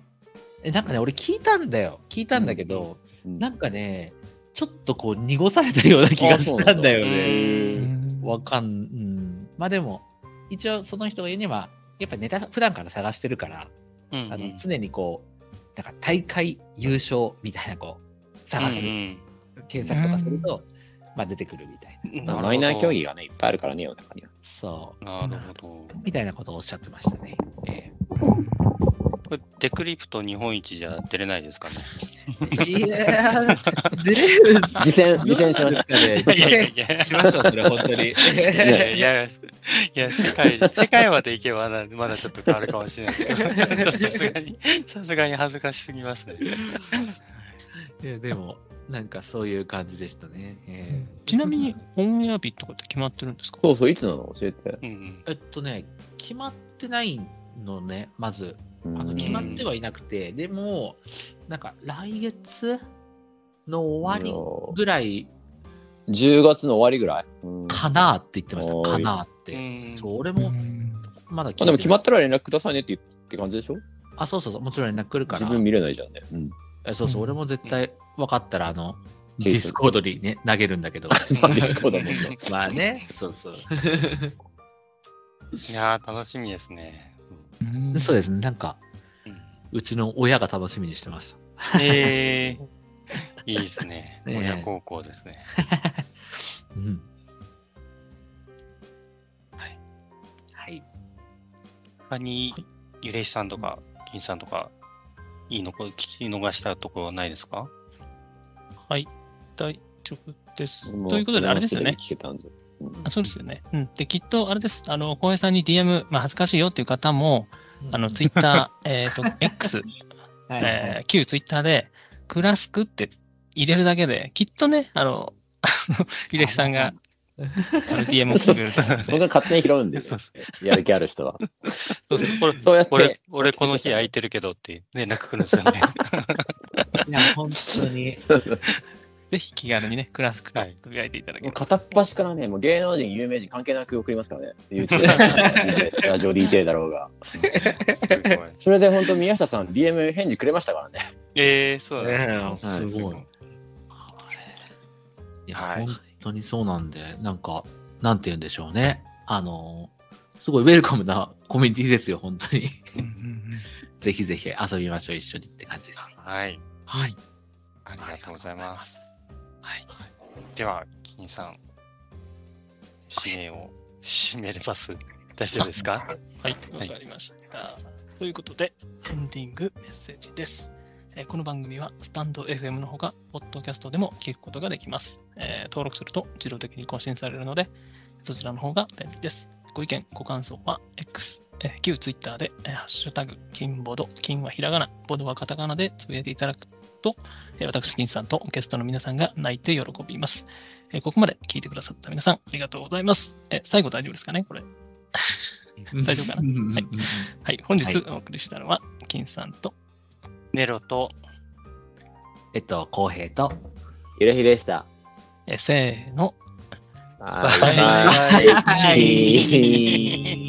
B: えなんかね、俺聞いたんだよ。聞いたんだけど、なんかね、ちょっとこう濁されたような気がしたんだよね。
C: うん
B: わかん、うん。まあでも、一応その人が言うには、やっぱネタ普段から探してるから、
C: うん
B: あの常にこう、なんか大会優勝みたいなこう、探す、検索とかすると、まあ出てくるみたいな。
D: まあマイナー競技がね、いっぱいあるからね、世の中には。
B: そ
C: なるほど。
B: う。みたいなことをおっしゃってましたね。え
C: これデクリプト日本一じゃ出れないですかね。
B: えいやー、出れ る
D: 次戦、次戦しまし
B: すかね。
C: いやいやいや
B: しましょう、それ、本当に。
C: いやいや、いや世界世界まで行けばなまだちょっと変わるかもしれないですけど、さすがに、さすがに恥ずかしすぎますね。
B: いやでも、なんかそういう感じでしたね。えー
A: ちなみに、オンエア日とかって決まってるんですか
D: そうそう、いつなの教えて。
C: うん
B: えっとね、決まってないのね、まず。
D: う
B: あの
D: ん
B: 決まってはいなくて、でも、なんか来月の終わりぐらい
D: 10月の終わりぐらい、うんま
B: かなって言ってまし
D: お
B: た、
D: ー
B: か
D: い
B: なっ
C: う
B: て。
C: ん。
B: そう俺もまだ聞いて
D: あ、
B: ない
D: でも決まったら連絡くださいねって言うって感じでしょ
B: あ、そうそうそう、もちろん連絡来るか
D: 自
B: ら。
D: 分見れないじゃんね。うん
B: えそうそう、俺も絶対分かったら、あの、
D: ツ
B: デ
D: イート
B: ィスコードにね、投げるんだ けど。
D: まあディスコードはもちろん。
B: まあね、そうそう。
C: いやー、楽しみですね。
B: そうですね、なんか、
C: うん
B: うちの親が楽しみにしてました。
C: えー、いいですね。
B: ねえ
C: 親孝行ですね。
B: うん。
C: はい。
B: はい。
C: 他に、ゆれしさんとか、金さんとか、いいのこ聞き逃したところはないですか
A: はい、大丈夫です。
D: も
A: ということで、あれですよね。
D: 聞けたんでうん
A: あそうですよね。うん、で、きっと、あれです。あの、浩平さんに DM、まあ、恥ずかしいよっていう方も、あの、ツイッタ ー、えっと、X、
B: はいはい
A: えー旧ツイッターで、クラスクって入れるだけで、きっとね、あの、 ゆれきさんが、あの DM を送ってくれると思うので
D: 僕が勝手に拾うんです
C: そ
D: よ
C: う。
D: やる気ある人は。
C: そうそう。これ
D: そうやって
C: 俺、俺この日空いてるけどって、ね、泣くくるんですよ ね。
B: いや、本当に。
A: ぜひ気軽にね、クラスクと
C: はい
A: つぶやいていただけ
D: もう
A: れば。
D: 片っ端からね、もう芸能人、有名人関係なく送りますからね。YouTube だろ うがラジオ DJ だろうが。
C: すごい
D: それで本当、宮下さん、DM 返事くれましたからね。
C: えー、そうだ、ね。
B: ねえすごい。いや、
C: はい
B: 本当にそうなんで、なんか、なんて言うんでしょうね。あの、すごいウェルカムなコミュニティですよ、本当に。
A: うんうんうん
B: ぜひぜひ遊びましょう、一緒にって感じですね。
C: はい。
B: はい。
C: ありがとうございます。はい。では、金さん、指名を締めれます。大丈夫ですか
A: はい、
C: は
A: わ
C: い
A: かりました。ということで、エンディングメッセージです。えーこの番組はスタンド FM のほか、ポッドキャストでも聞くことができます、えー登録すると自動的に更新されるので、そちらの方が便利です。ご意見、ご感想は X、えー旧 Twitter で、えーハッシュタグ、金ボド、金はひらがな、ボドはカタカナでつぶやいていただくと、えー私、金さんとゲストの皆さんが泣いて喜びます。えーここまで聞いてくださった皆さん、ありがとうございます。えー最後大丈夫ですかねこれ。大丈夫かなはいはい、本日お送りしたのは、金さんと、
C: ネロと、
B: えっと、浩平と、
D: ゆらひでした。
A: えーせーの、
D: バ
A: バ
D: イバイ。
A: イ
D: チー